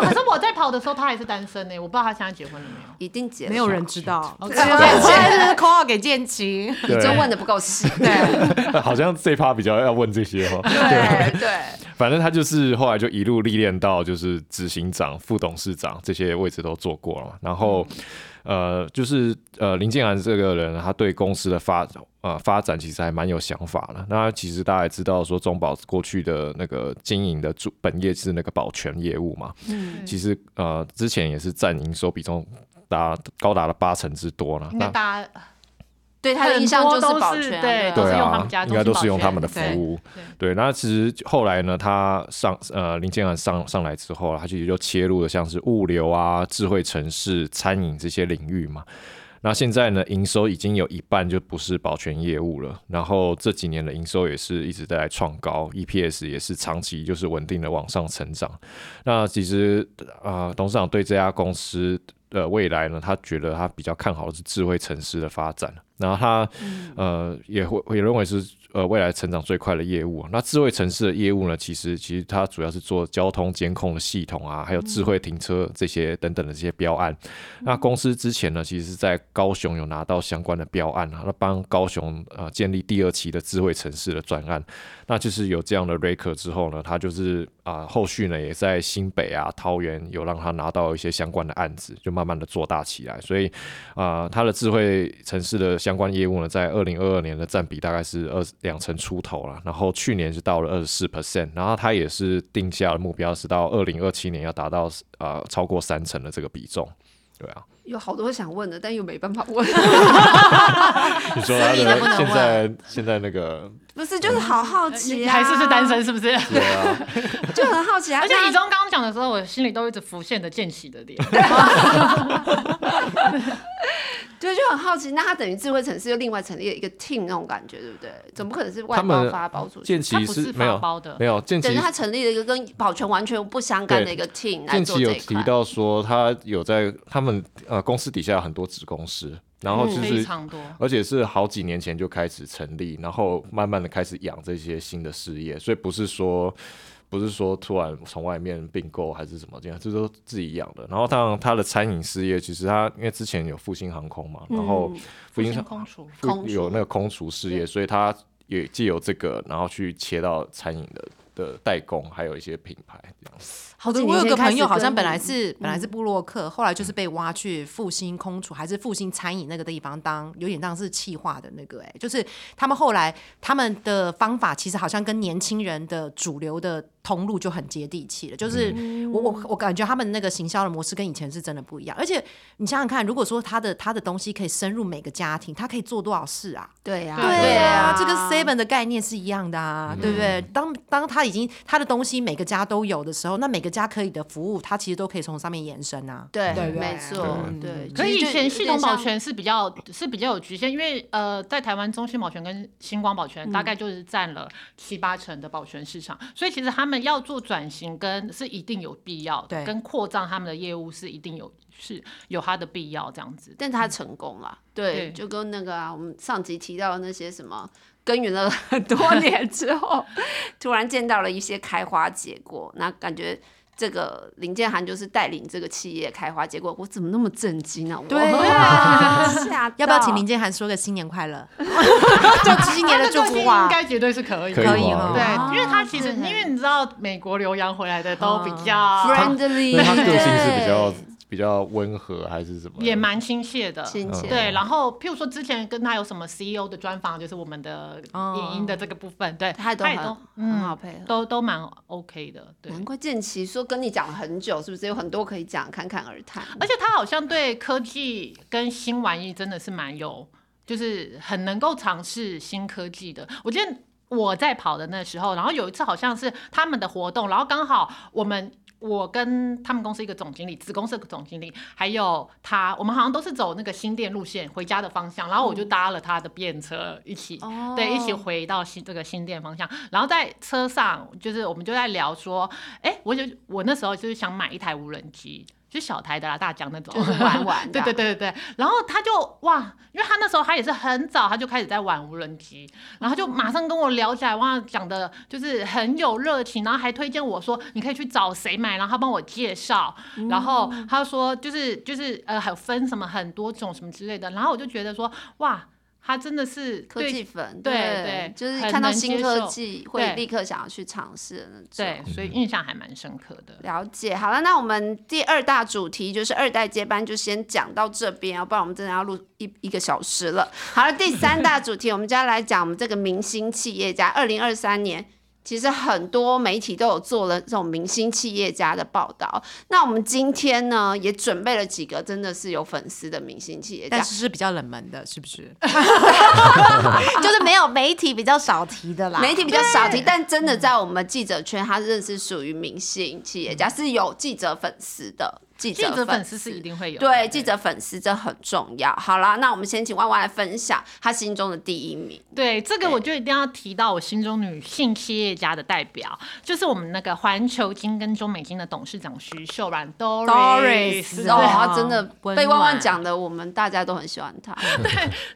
[SPEAKER 4] 可是我在跑的时候，他还是单身呢，我不知道他现在结婚了没
[SPEAKER 5] 啊
[SPEAKER 4] 有。
[SPEAKER 2] 一定结了
[SPEAKER 3] 没有人知道，
[SPEAKER 4] OK
[SPEAKER 3] 现在是 call 给建奇，
[SPEAKER 5] 对
[SPEAKER 2] 你真问的不够细，
[SPEAKER 3] 对，
[SPEAKER 5] 好像这一趴比较要问这些哦。
[SPEAKER 2] 对对。
[SPEAKER 5] 反正他就是后来就一路历练到就是执行长、副董事长这些位置都做过了嘛。然后，
[SPEAKER 4] 嗯
[SPEAKER 5] 呃，就是呃林建涵这个人，他对公司的发呃发展其实还蛮有想法的。那其实大家也知道说中保过去的那个经营的主本业是那个保全业务嘛，嗯，其实呃之前也是占营收比重达高达了八成之多了。
[SPEAKER 4] 应该
[SPEAKER 5] 那
[SPEAKER 4] 大家
[SPEAKER 2] 对他的印象就
[SPEAKER 4] 很多都
[SPEAKER 2] 保
[SPEAKER 4] 是
[SPEAKER 2] 全啊，
[SPEAKER 4] 对
[SPEAKER 5] 对
[SPEAKER 4] 都是用他
[SPEAKER 5] 啊
[SPEAKER 4] 们家，的
[SPEAKER 5] 应该都
[SPEAKER 4] 中心
[SPEAKER 5] 是用
[SPEAKER 4] 保
[SPEAKER 5] 他们的服
[SPEAKER 3] 全
[SPEAKER 5] 务。对，那其实后来呢，他上呃林建涵上上来之后啊，他其实就切入了像是物流啊、智慧城市、餐饮这些领域嘛。那现在呢，营收已经有一半就不是保全业务了，然后这几年的营收也是一直在创高，EPS 也是长期就是稳定的往上成长。那其实啊、呃董事长对这家公司的未来呢，他觉得他比较看好的是智慧城市的发展。然后它呃也会也认为是呃未来成长最快的业务啊。那智慧城市的业务呢，其实其实它主要是做交通监控的系统啊，还有智慧停车这些等等的这些标案。那公司之前呢，其实是在高雄有拿到相关的标案啊，那帮高雄呃建立第二期的智慧城市的专案。那就是有这样的 Raker 之后呢，他就是啊、后续呢也在新北啊、桃园有让他拿到一些相关的案子，就慢慢的做大起来。所以啊、它的智慧城市的相关业务呢，在二零二二年的占比大概是二两成出头了，然后去年是到了二十四 percent，然后它也是定下了目标是到二零二七年要达到啊超过三成的这个比重。对啊，
[SPEAKER 2] 有好多想问的，但又没办法问。
[SPEAKER 5] 你说
[SPEAKER 3] 所
[SPEAKER 5] 他
[SPEAKER 3] 以能不
[SPEAKER 5] 的
[SPEAKER 3] 能
[SPEAKER 5] 现在现在那个
[SPEAKER 2] 不是，就是好好 奇啊，
[SPEAKER 4] 还是是单，身是不是？
[SPEAKER 5] 对啊，
[SPEAKER 2] 就很好奇啊。
[SPEAKER 4] 而且
[SPEAKER 2] 那
[SPEAKER 4] 以中刚刚讲的时候，我心里都一直浮现着见习的脸。
[SPEAKER 2] 对，就很好奇，那它等于智慧城市又另外成立了一个 team 那种感觉，对不对？总不可能是外
[SPEAKER 5] 他
[SPEAKER 2] 包
[SPEAKER 5] 们
[SPEAKER 2] 发包出去
[SPEAKER 5] 剑。
[SPEAKER 4] 它
[SPEAKER 5] 奇
[SPEAKER 4] 不是
[SPEAKER 5] 没
[SPEAKER 4] 发
[SPEAKER 5] 有
[SPEAKER 4] 包的
[SPEAKER 5] 没有剑
[SPEAKER 2] 等
[SPEAKER 5] 奇
[SPEAKER 2] 于他成立了一个跟保全完全不相干的一个 team 来
[SPEAKER 5] 近
[SPEAKER 2] 做
[SPEAKER 5] 期
[SPEAKER 2] 这
[SPEAKER 5] 有
[SPEAKER 2] 一
[SPEAKER 5] 提
[SPEAKER 2] 块。
[SPEAKER 5] 到说，他有在他们呃公司底下有很多子公司，然后就
[SPEAKER 4] 非
[SPEAKER 5] 是、
[SPEAKER 4] 常多
[SPEAKER 5] 而且是好几年前就开始成立，然后慢慢的开始养这些新的事业，所以不是说不是说突然从外面并购还是什么这样，这都自己养的。然后当然他的餐饮事业，其实他因为之前有复兴航空嘛，然后复兴
[SPEAKER 4] 星空厨，
[SPEAKER 5] 复
[SPEAKER 2] 空厨
[SPEAKER 5] 有那个空厨事业，所以他也借由这个，然后去切到餐饮的的代工，还有一些品牌这样。
[SPEAKER 3] 好的，
[SPEAKER 2] 几
[SPEAKER 3] 我
[SPEAKER 2] 年
[SPEAKER 3] 有
[SPEAKER 2] 前
[SPEAKER 3] 个
[SPEAKER 2] 开
[SPEAKER 3] 朋
[SPEAKER 2] 始
[SPEAKER 3] 友好像
[SPEAKER 2] 跟嗯
[SPEAKER 3] 本来是本来是布洛克，后来就是被挖去复兴空厨还是复兴餐饮那个地方当，有点像是气化的那个、哎，就是他们后来他们的方法其实好像跟年轻人的主流的通路就很接地气了，就是
[SPEAKER 2] 嗯
[SPEAKER 3] 我我我感觉他们那个行销的模式跟以前是真的不一样，而且你想想看，如果说他的他的东西可以深入每个家庭，他可以做多少事啊？
[SPEAKER 2] 对呀、
[SPEAKER 4] 对
[SPEAKER 3] 对啊，这跟
[SPEAKER 2] 啊
[SPEAKER 3] Seven 的概念是一样的啊，对不对？当当他已经他的东西每个家都有的时候，那每个家可以的服务，它其实都可以从上面延伸啊。
[SPEAKER 2] 对
[SPEAKER 3] 对不对
[SPEAKER 2] 没错，对。
[SPEAKER 4] 可
[SPEAKER 2] 其实
[SPEAKER 4] 以
[SPEAKER 2] 就
[SPEAKER 4] 以前系
[SPEAKER 2] 有
[SPEAKER 4] 统
[SPEAKER 2] 点
[SPEAKER 4] 保
[SPEAKER 2] 像，
[SPEAKER 4] 全是比较是比较有局限，因为呃，在台湾中心保全跟星光保全大
[SPEAKER 2] 嗯
[SPEAKER 4] 概就是占了七八成的保全市场，所以其实他们要做转型跟是一定有必要的，
[SPEAKER 3] 对
[SPEAKER 4] 跟扩张他们的业务是一定有是有它的必要这样子。
[SPEAKER 2] 但他成功了，对，
[SPEAKER 4] 对
[SPEAKER 2] 就跟那个啊，我们上集提到的那些什么。耕耘了很多年之后， 突然见到了一些开花结果，那感觉这个林建涵就是带领这个企业开花结果，我怎么那么震惊啊？
[SPEAKER 3] 对
[SPEAKER 2] 啊， 吓到！
[SPEAKER 3] 要不要请林建涵说个新年快 乐？
[SPEAKER 2] 就今年的
[SPEAKER 4] 他的
[SPEAKER 2] 祝
[SPEAKER 4] 个
[SPEAKER 2] 福
[SPEAKER 4] 性
[SPEAKER 2] 话
[SPEAKER 3] 啊
[SPEAKER 4] 应？该绝对是可以的，
[SPEAKER 5] 可以
[SPEAKER 3] 可以
[SPEAKER 5] 吗
[SPEAKER 3] 哦
[SPEAKER 2] 啊
[SPEAKER 4] 对，因为他其实
[SPEAKER 2] 对
[SPEAKER 4] 因为你知道美国留洋回来的都比较。
[SPEAKER 2] 哦 friendly，
[SPEAKER 5] 所以他个性是比较
[SPEAKER 2] 对
[SPEAKER 5] 比较温和还是什么？
[SPEAKER 4] 也蛮亲切
[SPEAKER 5] 呃
[SPEAKER 4] 的，
[SPEAKER 2] 亲切
[SPEAKER 4] 对，然后譬如说之前跟他有什么 CEO 的专访，就是我们的
[SPEAKER 3] 哦
[SPEAKER 4] 影音的这个部分，对，
[SPEAKER 2] 他也都
[SPEAKER 4] 也
[SPEAKER 2] 很
[SPEAKER 4] 都
[SPEAKER 2] 很好
[SPEAKER 4] 嗯
[SPEAKER 2] 配合。
[SPEAKER 4] 都都蛮 OK 的，对。
[SPEAKER 2] 难怪建奇说跟你讲了很久，是不是有很多可以讲，侃侃而谈？
[SPEAKER 4] 而且他好像对科技跟新玩意真的是蛮有，就是很能够尝试新科技的。我记得我在跑的那时候，然后有一次好像是他们的活动，然后刚好我们。我跟他们公司一个总经理，子公司的总经理，还有他，我们好像都是走那个新店路线回家的方向，然后
[SPEAKER 2] 嗯
[SPEAKER 4] 我就搭了他的便车一起，哦
[SPEAKER 2] 哦
[SPEAKER 4] 对，一起回到新这个新店方向。然后在车上，就是我们就在聊说，哎、我就我那时候就是想买一台无人机，就小台的啦，大疆那种，
[SPEAKER 2] 就是玩玩
[SPEAKER 4] 对
[SPEAKER 2] 的
[SPEAKER 4] 对对对对。然后他就哇，因为他那时候他也是很早，他就开始在玩无人机，然后他就马上跟我聊起来，哇，讲的就是很有热情，然后还推荐我说你可以去找谁买，然后他帮我介绍，
[SPEAKER 2] 嗯
[SPEAKER 4] 然后他说就是就是呃，还有分什么很多种什么之类的，然后我就觉得说哇。他真的是
[SPEAKER 2] 科
[SPEAKER 4] 对
[SPEAKER 2] 技粉，
[SPEAKER 4] 对
[SPEAKER 2] 对
[SPEAKER 4] 对，
[SPEAKER 2] 就是
[SPEAKER 4] 很
[SPEAKER 2] 看到
[SPEAKER 4] 能
[SPEAKER 2] 新
[SPEAKER 4] 接
[SPEAKER 2] 科
[SPEAKER 4] 受
[SPEAKER 2] 技会
[SPEAKER 4] 对
[SPEAKER 2] 立刻想要去尝试的那种。
[SPEAKER 4] 对，所以印象还蛮深刻的。
[SPEAKER 2] 了解，好了，那我们第二大主题就是二代接班，就先讲到这边，要不然我们真的要录一一个小时了。好了，第三大主题，我们就要来讲我们这个明星企业家。二零二三年，其实很多媒体都有做了这种明星企业家的报道。那我们今天呢，也准备了几个真的是有粉丝的明星企业家
[SPEAKER 3] 但。是是比较冷门的，是 不是？就是没有媒体比较少提的啦。
[SPEAKER 2] 媒体比较少提，但真的在我们记者圈，他认识属于明星企业家，是有记者粉丝的。记
[SPEAKER 4] 记者
[SPEAKER 2] 粉
[SPEAKER 4] 粉丝是一定会有的，
[SPEAKER 2] 对记者粉丝这很重要。好啦，那我们先请万万来分享他心中的第一名。
[SPEAKER 4] 对，这个我就一定要提到我心中女性企业家的代表，就是我们那个环球金跟中美金的董事长徐秀兰 Doris。
[SPEAKER 3] Doris
[SPEAKER 2] 哦，
[SPEAKER 3] 对
[SPEAKER 2] 他真的
[SPEAKER 3] 温
[SPEAKER 2] 被万万
[SPEAKER 3] 暖
[SPEAKER 2] 讲的，我们大家都很喜欢 他。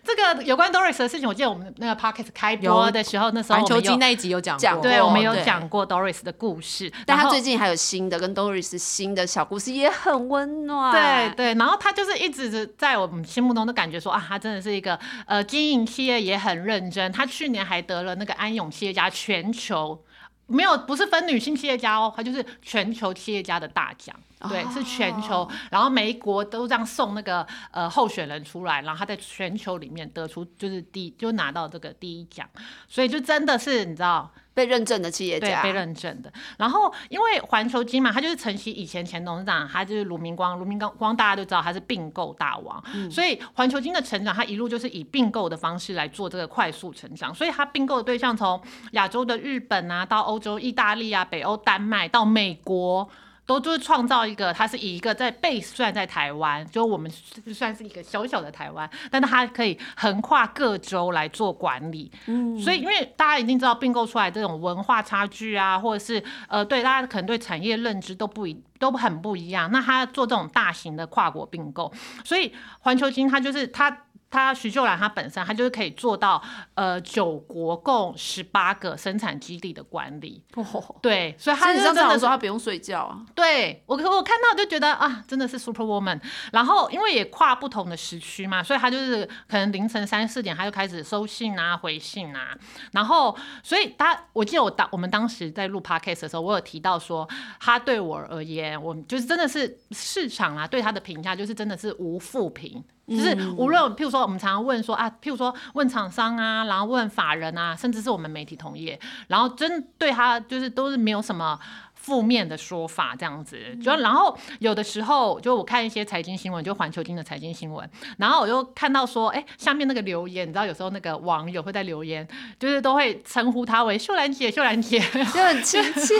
[SPEAKER 4] 这个有关 Doris 的事情，我记得我们那个 Pocket 开播
[SPEAKER 3] 有
[SPEAKER 4] 的时候，那时候
[SPEAKER 3] 环
[SPEAKER 4] 哦我
[SPEAKER 3] 球
[SPEAKER 4] 们有
[SPEAKER 3] 金那一集有讲
[SPEAKER 2] 讲
[SPEAKER 3] 过，哦
[SPEAKER 4] 对，我们有
[SPEAKER 2] 对
[SPEAKER 4] 讲过 Doris 的故事，
[SPEAKER 2] 但
[SPEAKER 4] 然
[SPEAKER 2] 他
[SPEAKER 4] 后
[SPEAKER 2] 最近还有新的跟 Doris 新的小故事，也很温暖。
[SPEAKER 4] 对对，然后他就是一直是在我们心目中都感觉说啊，他真的是一个呃经营企业也很认真。他去年还得了那个安永企业家全球。没有，不是分女性企业家哦，他就是全球企业家的大奖，对，是全球，然后每一国都这样送那个呃候选人出来，然后他在全球里面得出就是第就拿到这个第一奖，所以就真的是你知道，
[SPEAKER 2] 被认证的企业
[SPEAKER 4] 对
[SPEAKER 2] 家，
[SPEAKER 4] 被认证的。然后因为环球金嘛，他就是晨曦以前前董事长，他就是卢明光，卢明光光大家都知道他是并购大王，
[SPEAKER 2] 嗯
[SPEAKER 4] 所以环球金的成长，他一路就是以并购的方式来做这个快速成长，所以他并购的对象从亚洲的日本啊，到欧洲、意大利啊、北欧、丹麦，到美国。都就是创造一个，它是以一个在被算在台湾，就我们算是一个小小的台湾，但它可以横跨各州来做管理。嗯，所以因为大家一定知道并购出来这种文化差距啊，或者是呃，对大家可能对产业认知都不一都很不一样。那他做这种大型的跨国并购，所以环球金它就是它。它徐秀兰她本身，她就是可以做到，呃，九国共十八个生产基地的管理，
[SPEAKER 2] 哦。
[SPEAKER 4] 对，所以她
[SPEAKER 2] 他
[SPEAKER 4] 就
[SPEAKER 2] 你上
[SPEAKER 4] 真
[SPEAKER 2] 次好
[SPEAKER 4] 的
[SPEAKER 2] 像
[SPEAKER 4] 是
[SPEAKER 2] 说他不用睡觉 啊，
[SPEAKER 4] 对我我看到就觉得啊，真的是 super woman。然后因为也跨不同的时区嘛，所以他就是可能凌晨三四点他就开始收信啊、回信啊。然后所以他，我记得我当我们当时在录 podcast 的时候，我有提到说，他对我而言，我就是真的是市场啊对他的评价就是真的是无负评。就是无论，譬如说，我们常常问说啊，譬如说问厂商啊，然后问法人啊，甚至是我们媒体同业，然后真对他就是都是没有什么负面的说法这样子。就然后有的时候，就我看一些财经新闻，就环球金的财经新闻，然后我就看到说，哎，下面那个留言，你知道有时候那个网友会在留言，就是都会称呼他为秀兰姐，秀兰姐。
[SPEAKER 2] 就很亲切，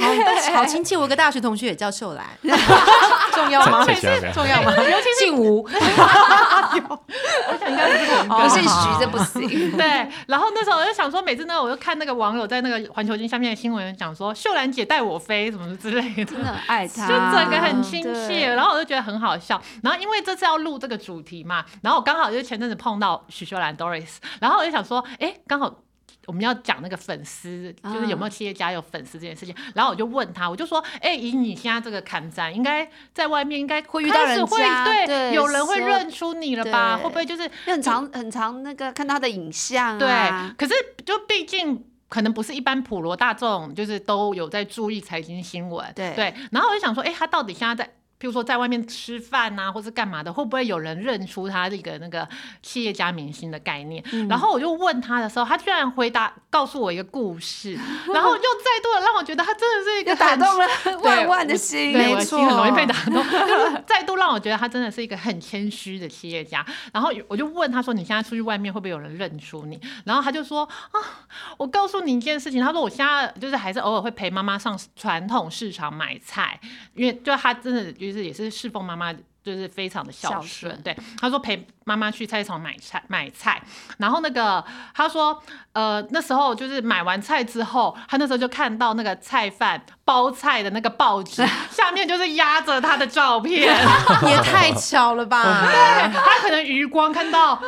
[SPEAKER 3] 好亲切。我有个大学同学也叫秀兰，重要
[SPEAKER 5] 在
[SPEAKER 3] 吗
[SPEAKER 5] 在？下面
[SPEAKER 3] 重要吗？姓吴，
[SPEAKER 4] 我想应该不是同一 个
[SPEAKER 2] 不姓徐这不 行。
[SPEAKER 4] 对，然后那时候我就想说，每次呢，我就看那个网友在那个环球金下面的新闻讲说，秀兰姐带我飞什么之类的
[SPEAKER 2] 真。的很爱他，
[SPEAKER 4] 就整个很亲
[SPEAKER 2] 对
[SPEAKER 4] 切，然后我就觉得很好笑。然后因为这次要录这个主题嘛，然后我刚好就前阵子碰到许秀兰 Doris，然后我就想说，哎，刚好我们要讲那个粉丝，就是有没有企业家有粉丝这件事情。然后我就问他，我就说，哎，以你现在这个看展，应该在外面应该
[SPEAKER 2] 会遇到
[SPEAKER 4] 开始
[SPEAKER 2] 人
[SPEAKER 4] 会
[SPEAKER 2] 家
[SPEAKER 4] 对
[SPEAKER 2] 对
[SPEAKER 4] 有人会
[SPEAKER 2] 说
[SPEAKER 4] 认出你了吧？
[SPEAKER 2] 对
[SPEAKER 4] 会不会就是
[SPEAKER 2] 因为很常
[SPEAKER 4] 嗯
[SPEAKER 2] 很常那个看到他的影像啊
[SPEAKER 4] 对，，可是就毕竟。可能不是一般普罗大众，就是都有在注意财经新闻，
[SPEAKER 2] 对
[SPEAKER 4] 对。然后我就想说，哎、他到底现在在，譬如说在外面吃饭呐、或是干嘛的，会不会有人认出他这个那个企业家明星的概念？
[SPEAKER 2] 嗯
[SPEAKER 4] 然后我就问他的时候，他居然回答告诉我一个 故事，然后又再度的让我觉得他真的是一
[SPEAKER 2] 就
[SPEAKER 4] 个
[SPEAKER 2] 打
[SPEAKER 4] 很
[SPEAKER 2] 动了万万的心，
[SPEAKER 4] 对，我的心很容易
[SPEAKER 2] 没
[SPEAKER 4] 被打
[SPEAKER 2] 错。
[SPEAKER 4] 动， 就是再度让我觉得他真的是一个很谦虚的企业家。然后我就问他说：“你现在出去外面会不会有人认出你？”然后他就说：“啊，我告诉你一件事情，他说我现在就是还是偶尔会陪妈妈上传统市场买菜，因为就他真的就是也是侍奉妈妈。”就是非常的孝
[SPEAKER 2] 孝
[SPEAKER 4] 顺，
[SPEAKER 2] 顺
[SPEAKER 4] 对。他说陪妈妈去菜市场买菜买菜，然后那个他说，呃，那时候就是买完菜之后，他那时候就看到那个菜贩包菜的那个 报纸下面就是压着他的照片，
[SPEAKER 3] 也太巧 了吧？
[SPEAKER 4] 他可能余光看到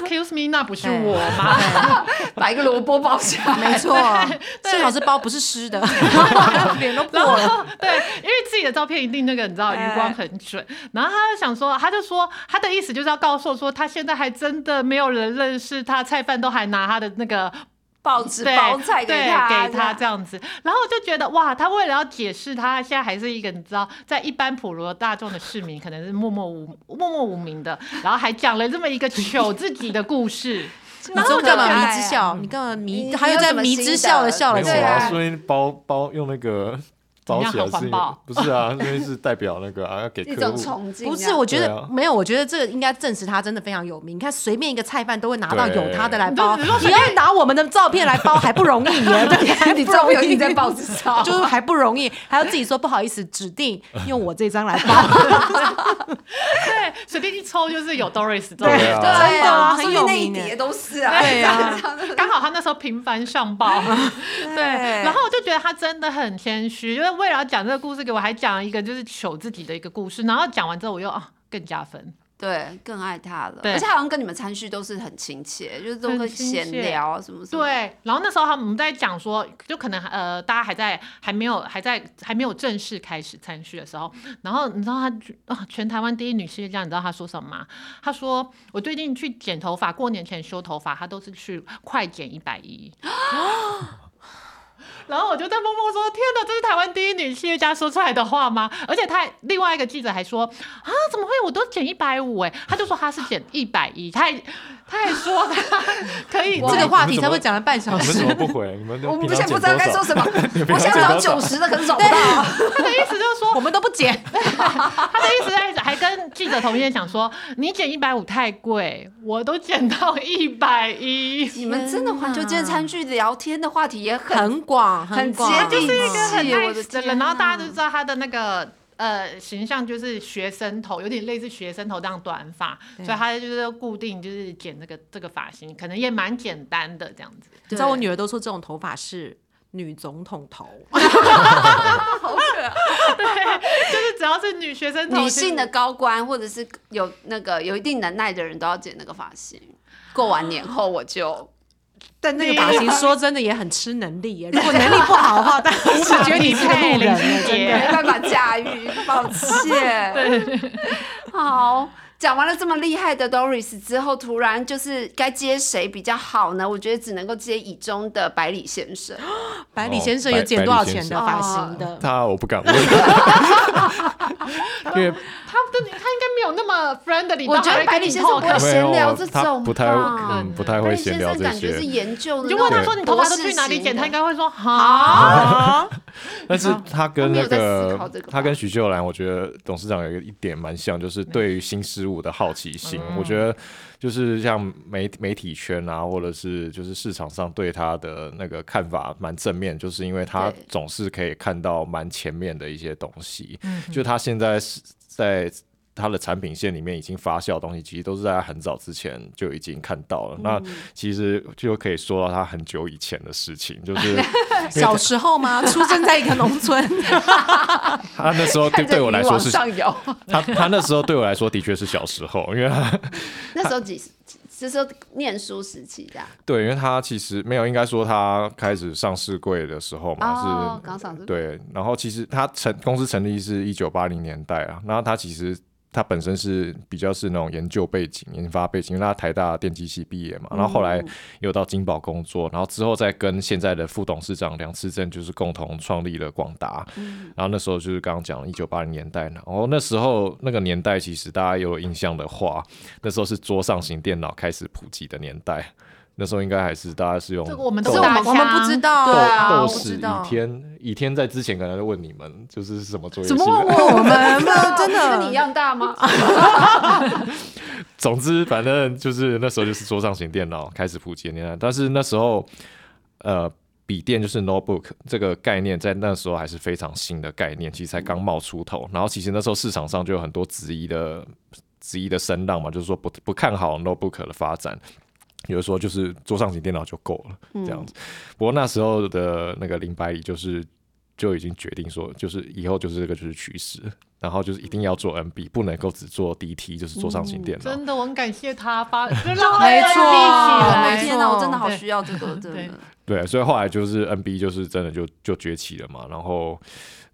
[SPEAKER 4] ，Excuse me，那不是我吗？
[SPEAKER 2] 哎把一个萝卜包起 来，
[SPEAKER 3] 没错，幸好是包不是湿的， 脸都破
[SPEAKER 4] 然
[SPEAKER 3] 了。
[SPEAKER 4] 后 对，因为自己的照片一定那个你知
[SPEAKER 2] 哎
[SPEAKER 4] 道余光很准，然后他就想说，他就说他的意思就是要告诉我说，他现在还真的没有人认识他，菜贩都还拿他的那个
[SPEAKER 2] 报纸
[SPEAKER 4] 对
[SPEAKER 2] 包菜给
[SPEAKER 4] 对
[SPEAKER 2] 他，
[SPEAKER 4] 给他这样子，然后我就觉得哇，他为了要解释，他现在还是一个你知道，在一般普罗大众的市民可能是默默无 默默无名的，然后还讲了这么一个糗自己的故事，
[SPEAKER 3] 你
[SPEAKER 2] 后
[SPEAKER 3] 就
[SPEAKER 2] 我就
[SPEAKER 3] 干
[SPEAKER 2] 觉
[SPEAKER 3] 嘛
[SPEAKER 2] 得
[SPEAKER 3] 迷
[SPEAKER 2] 哎
[SPEAKER 3] 之笑？你干嘛迷？
[SPEAKER 2] 你
[SPEAKER 3] 还有在迷之笑的笑
[SPEAKER 5] 没
[SPEAKER 3] 了
[SPEAKER 5] 有啊
[SPEAKER 3] 起
[SPEAKER 2] 哦对
[SPEAKER 5] 我
[SPEAKER 2] 啊
[SPEAKER 5] 要
[SPEAKER 3] 来。
[SPEAKER 5] 说包包用那个早起来
[SPEAKER 4] 你要很
[SPEAKER 5] 是
[SPEAKER 4] 环保
[SPEAKER 5] 不是啊？因 为是代表那个啊，要给
[SPEAKER 2] 一
[SPEAKER 5] 客
[SPEAKER 2] 种
[SPEAKER 5] 户。
[SPEAKER 2] 憧憬啊。
[SPEAKER 3] 不是，我觉
[SPEAKER 5] 对
[SPEAKER 3] 得
[SPEAKER 5] 啊
[SPEAKER 3] 没有，我觉得这个应该证实他真的非常有名。你看，随便一个菜贩都会拿到有他的来包，
[SPEAKER 4] 对你就
[SPEAKER 3] 你要拿我们的照片来包还不容易耶，对不对？
[SPEAKER 2] 你终于有印在报纸 上
[SPEAKER 3] 就是还不容易，还要自己说不好意思，指 定用我这张来包。
[SPEAKER 4] 对，随便一抽就是有 Doris 照
[SPEAKER 5] 对
[SPEAKER 4] 片，
[SPEAKER 3] 真
[SPEAKER 5] 啊
[SPEAKER 3] 的啊
[SPEAKER 2] 说
[SPEAKER 3] 很
[SPEAKER 2] 不定
[SPEAKER 3] 有
[SPEAKER 2] 那一
[SPEAKER 3] 名耶
[SPEAKER 2] 叠都是啊，
[SPEAKER 4] 对啊
[SPEAKER 2] 这样子
[SPEAKER 4] 刚好他那时候频繁上报，对，然后我就觉得他真的很谦虚，因为为了要讲这个故事给我，还讲了一个就是求自己的一个故事，然后讲完之后我又啊更加分，
[SPEAKER 2] 对，更爱他了。
[SPEAKER 4] 对
[SPEAKER 2] 而且好像跟你们餐叙都是很亲切，就是都会
[SPEAKER 4] 很亲切
[SPEAKER 2] 闲聊啊什么什么。，
[SPEAKER 4] 对，然后那时候他们在讲说，就可能呃，大家还在还没有还在还没有正式开始参叙的时候，然后你知道他啊，全台湾第一女世界这样，你知道他说什么吗？他说我最近去剪头发，过年前修头发，他都是去快剪一百 一。然后我就在默默说：“天哪，这是台湾第一女企业家说出来的话吗？”而且他另外一个记者还说：“啊，怎么会？我都减一百五哎！”他就说他是减一百一，他还他还说他可以
[SPEAKER 3] 这个话题差不多讲了半小
[SPEAKER 5] 你们
[SPEAKER 3] 时
[SPEAKER 5] 怎。么不 回？你们
[SPEAKER 2] 啊我们
[SPEAKER 5] 平
[SPEAKER 2] 现在
[SPEAKER 5] 常
[SPEAKER 2] 不知
[SPEAKER 5] 剪
[SPEAKER 2] 道
[SPEAKER 5] 多
[SPEAKER 2] 该
[SPEAKER 5] 少
[SPEAKER 2] 说？什么，
[SPEAKER 5] 平
[SPEAKER 2] 我
[SPEAKER 5] 常
[SPEAKER 2] 想
[SPEAKER 5] 剪
[SPEAKER 2] 找
[SPEAKER 5] 多少
[SPEAKER 2] 九十的，可是找不到。
[SPEAKER 4] 他的意思就是说，
[SPEAKER 3] 我们都不剪，
[SPEAKER 4] 他的意思在还跟记者同一天讲说，你减一百五太贵，我都减到一百一。
[SPEAKER 2] 你们真的环球间餐具聊天的话题也很
[SPEAKER 3] 很广，
[SPEAKER 2] 很接
[SPEAKER 3] 广，
[SPEAKER 2] 地
[SPEAKER 4] 啊是一个很
[SPEAKER 2] 气，我的
[SPEAKER 4] nice 的人，
[SPEAKER 2] 天
[SPEAKER 4] 然后大
[SPEAKER 2] 啊
[SPEAKER 4] 家都知道他的那个。呃，形象就是学生头，有点类似学生头这样短发，所以他就是固定就是剪这个这个发型，可能也蛮简单的这样子。
[SPEAKER 3] 你知道我女儿都说这种头发是女总统头，
[SPEAKER 2] 啊
[SPEAKER 4] 对，就是只要是女学生头，
[SPEAKER 2] 女性的高官或者是有那个有一定能耐的人都要剪那个发型。过完年后我就
[SPEAKER 3] 但那个发型说真的也很吃能力耶。如果能力不好的话，大家是觉得你是个路人耶，真
[SPEAKER 2] 没
[SPEAKER 3] 的。
[SPEAKER 2] 办法驾驭，抱 歉。 好，讲完了这么厉害的 Doris 之后，突然就是该接谁比较好呢？我觉得只能够接以中的百里先生。
[SPEAKER 3] 百里先
[SPEAKER 5] 哦
[SPEAKER 3] 生有剪多少钱的发型的？
[SPEAKER 5] 他我不敢 问，因为
[SPEAKER 4] 他的他应该没有那么 friendly，
[SPEAKER 2] 我觉
[SPEAKER 4] 到还
[SPEAKER 2] 得
[SPEAKER 4] 会
[SPEAKER 2] 百
[SPEAKER 4] 跟
[SPEAKER 2] 里
[SPEAKER 4] 你
[SPEAKER 2] 先生不
[SPEAKER 4] talk
[SPEAKER 2] 会闲聊这
[SPEAKER 5] 他
[SPEAKER 2] 种
[SPEAKER 5] 不太
[SPEAKER 2] 吧？
[SPEAKER 5] 嗯不太会闲聊
[SPEAKER 2] 百里先生
[SPEAKER 5] 这
[SPEAKER 2] 感觉是
[SPEAKER 5] 些。
[SPEAKER 2] 研究的
[SPEAKER 4] 你
[SPEAKER 2] 那
[SPEAKER 4] 就
[SPEAKER 2] 种博
[SPEAKER 4] 问
[SPEAKER 2] 士型的，
[SPEAKER 4] 他说你头发都去哪里剪，他应该会说
[SPEAKER 5] 哦
[SPEAKER 4] 哈。
[SPEAKER 3] 啊，
[SPEAKER 5] 但是他跟
[SPEAKER 2] 他
[SPEAKER 5] 那
[SPEAKER 2] 没有在思考
[SPEAKER 5] 个
[SPEAKER 2] 这个吧
[SPEAKER 5] 他跟许秀兰，我觉得董事长有一个一点蛮像，就是对于新事物的好奇心。
[SPEAKER 2] 嗯
[SPEAKER 5] 我觉得就是像媒媒体圈啊，或者是就是市场上对他的那个看法蛮正面，就是因为他
[SPEAKER 2] 对
[SPEAKER 5] 总是可以看到蛮前面的一些东西。
[SPEAKER 2] 嗯
[SPEAKER 5] 就他现在是在他的产品线里面已经发酵的东西，其实都是在他很早之前就已经看到了。那
[SPEAKER 2] 嗯
[SPEAKER 5] 其实就可以说到他很久以前的事情，就是
[SPEAKER 3] 小时候吗？出生在一个农 村，
[SPEAKER 5] 他那时候对对我来说是
[SPEAKER 2] 上游。
[SPEAKER 5] 他他那时候对我来说的确是小时候，因为他
[SPEAKER 2] 那时候几几这时候念书时期这样。
[SPEAKER 5] 对，因为他其实没有，应该说他开始上市柜的时候嘛，
[SPEAKER 2] 哦，刚上
[SPEAKER 5] 是
[SPEAKER 2] 是。
[SPEAKER 5] 对，然后其实他成公司成立是一九八零年代啊，然后他其实。他本身是比较是那种研究背景、研发背景，因为他台大电机系毕业嘛，然后后来又到金宝工作，然后之后再跟现在的副董事长梁志正就是共同创立了广达，然后那时候就是刚刚讲一九八零年代，然后那时候那个年代其实大家有印象的话，那时候是桌上型电脑开始普及的年代，那时候应该还是大家是用
[SPEAKER 4] 这个我们
[SPEAKER 5] 豆
[SPEAKER 4] 都
[SPEAKER 3] 是我们我们不知道，
[SPEAKER 5] 斗
[SPEAKER 3] 啊，
[SPEAKER 5] 斗
[SPEAKER 3] 我
[SPEAKER 5] 士
[SPEAKER 3] 知
[SPEAKER 5] 倚
[SPEAKER 3] 道。
[SPEAKER 5] 天，倚天在之前可能在问你们，就是是什么作业
[SPEAKER 3] 怎
[SPEAKER 5] 系
[SPEAKER 3] 么啊
[SPEAKER 5] 的？
[SPEAKER 3] 问我 们
[SPEAKER 2] 哦
[SPEAKER 3] 呢？真
[SPEAKER 2] 跟你一
[SPEAKER 3] 的，
[SPEAKER 2] 样大 吗？
[SPEAKER 5] 总之，反正就是那时候就是桌上型电脑开始普及的年代，但是那时候呃，笔电就是 notebook 这个概念，在那时候还是非常新的概念，其实才刚冒出头。然后其实那时候市场上就有很多质疑的质疑的声浪嘛，就是说不不看好 notebook 的发展。有的说就是桌上型电脑就够了这样子，不过那时候的那个林百里就是就已经决定说，就是以后就是这个就是趋势，然后就是一定要做 NB，不能够只做 DT，就是桌上型电脑。
[SPEAKER 4] 真的，我很感谢他发，就让我
[SPEAKER 3] 没
[SPEAKER 4] 有
[SPEAKER 3] 错
[SPEAKER 4] 立起来
[SPEAKER 3] 没错
[SPEAKER 2] 天哪，我真的好
[SPEAKER 4] 对
[SPEAKER 2] 需要这个，真
[SPEAKER 4] 对
[SPEAKER 2] 的。
[SPEAKER 5] 对，所以后来就是 NB 就是真的就就崛起了嘛，然后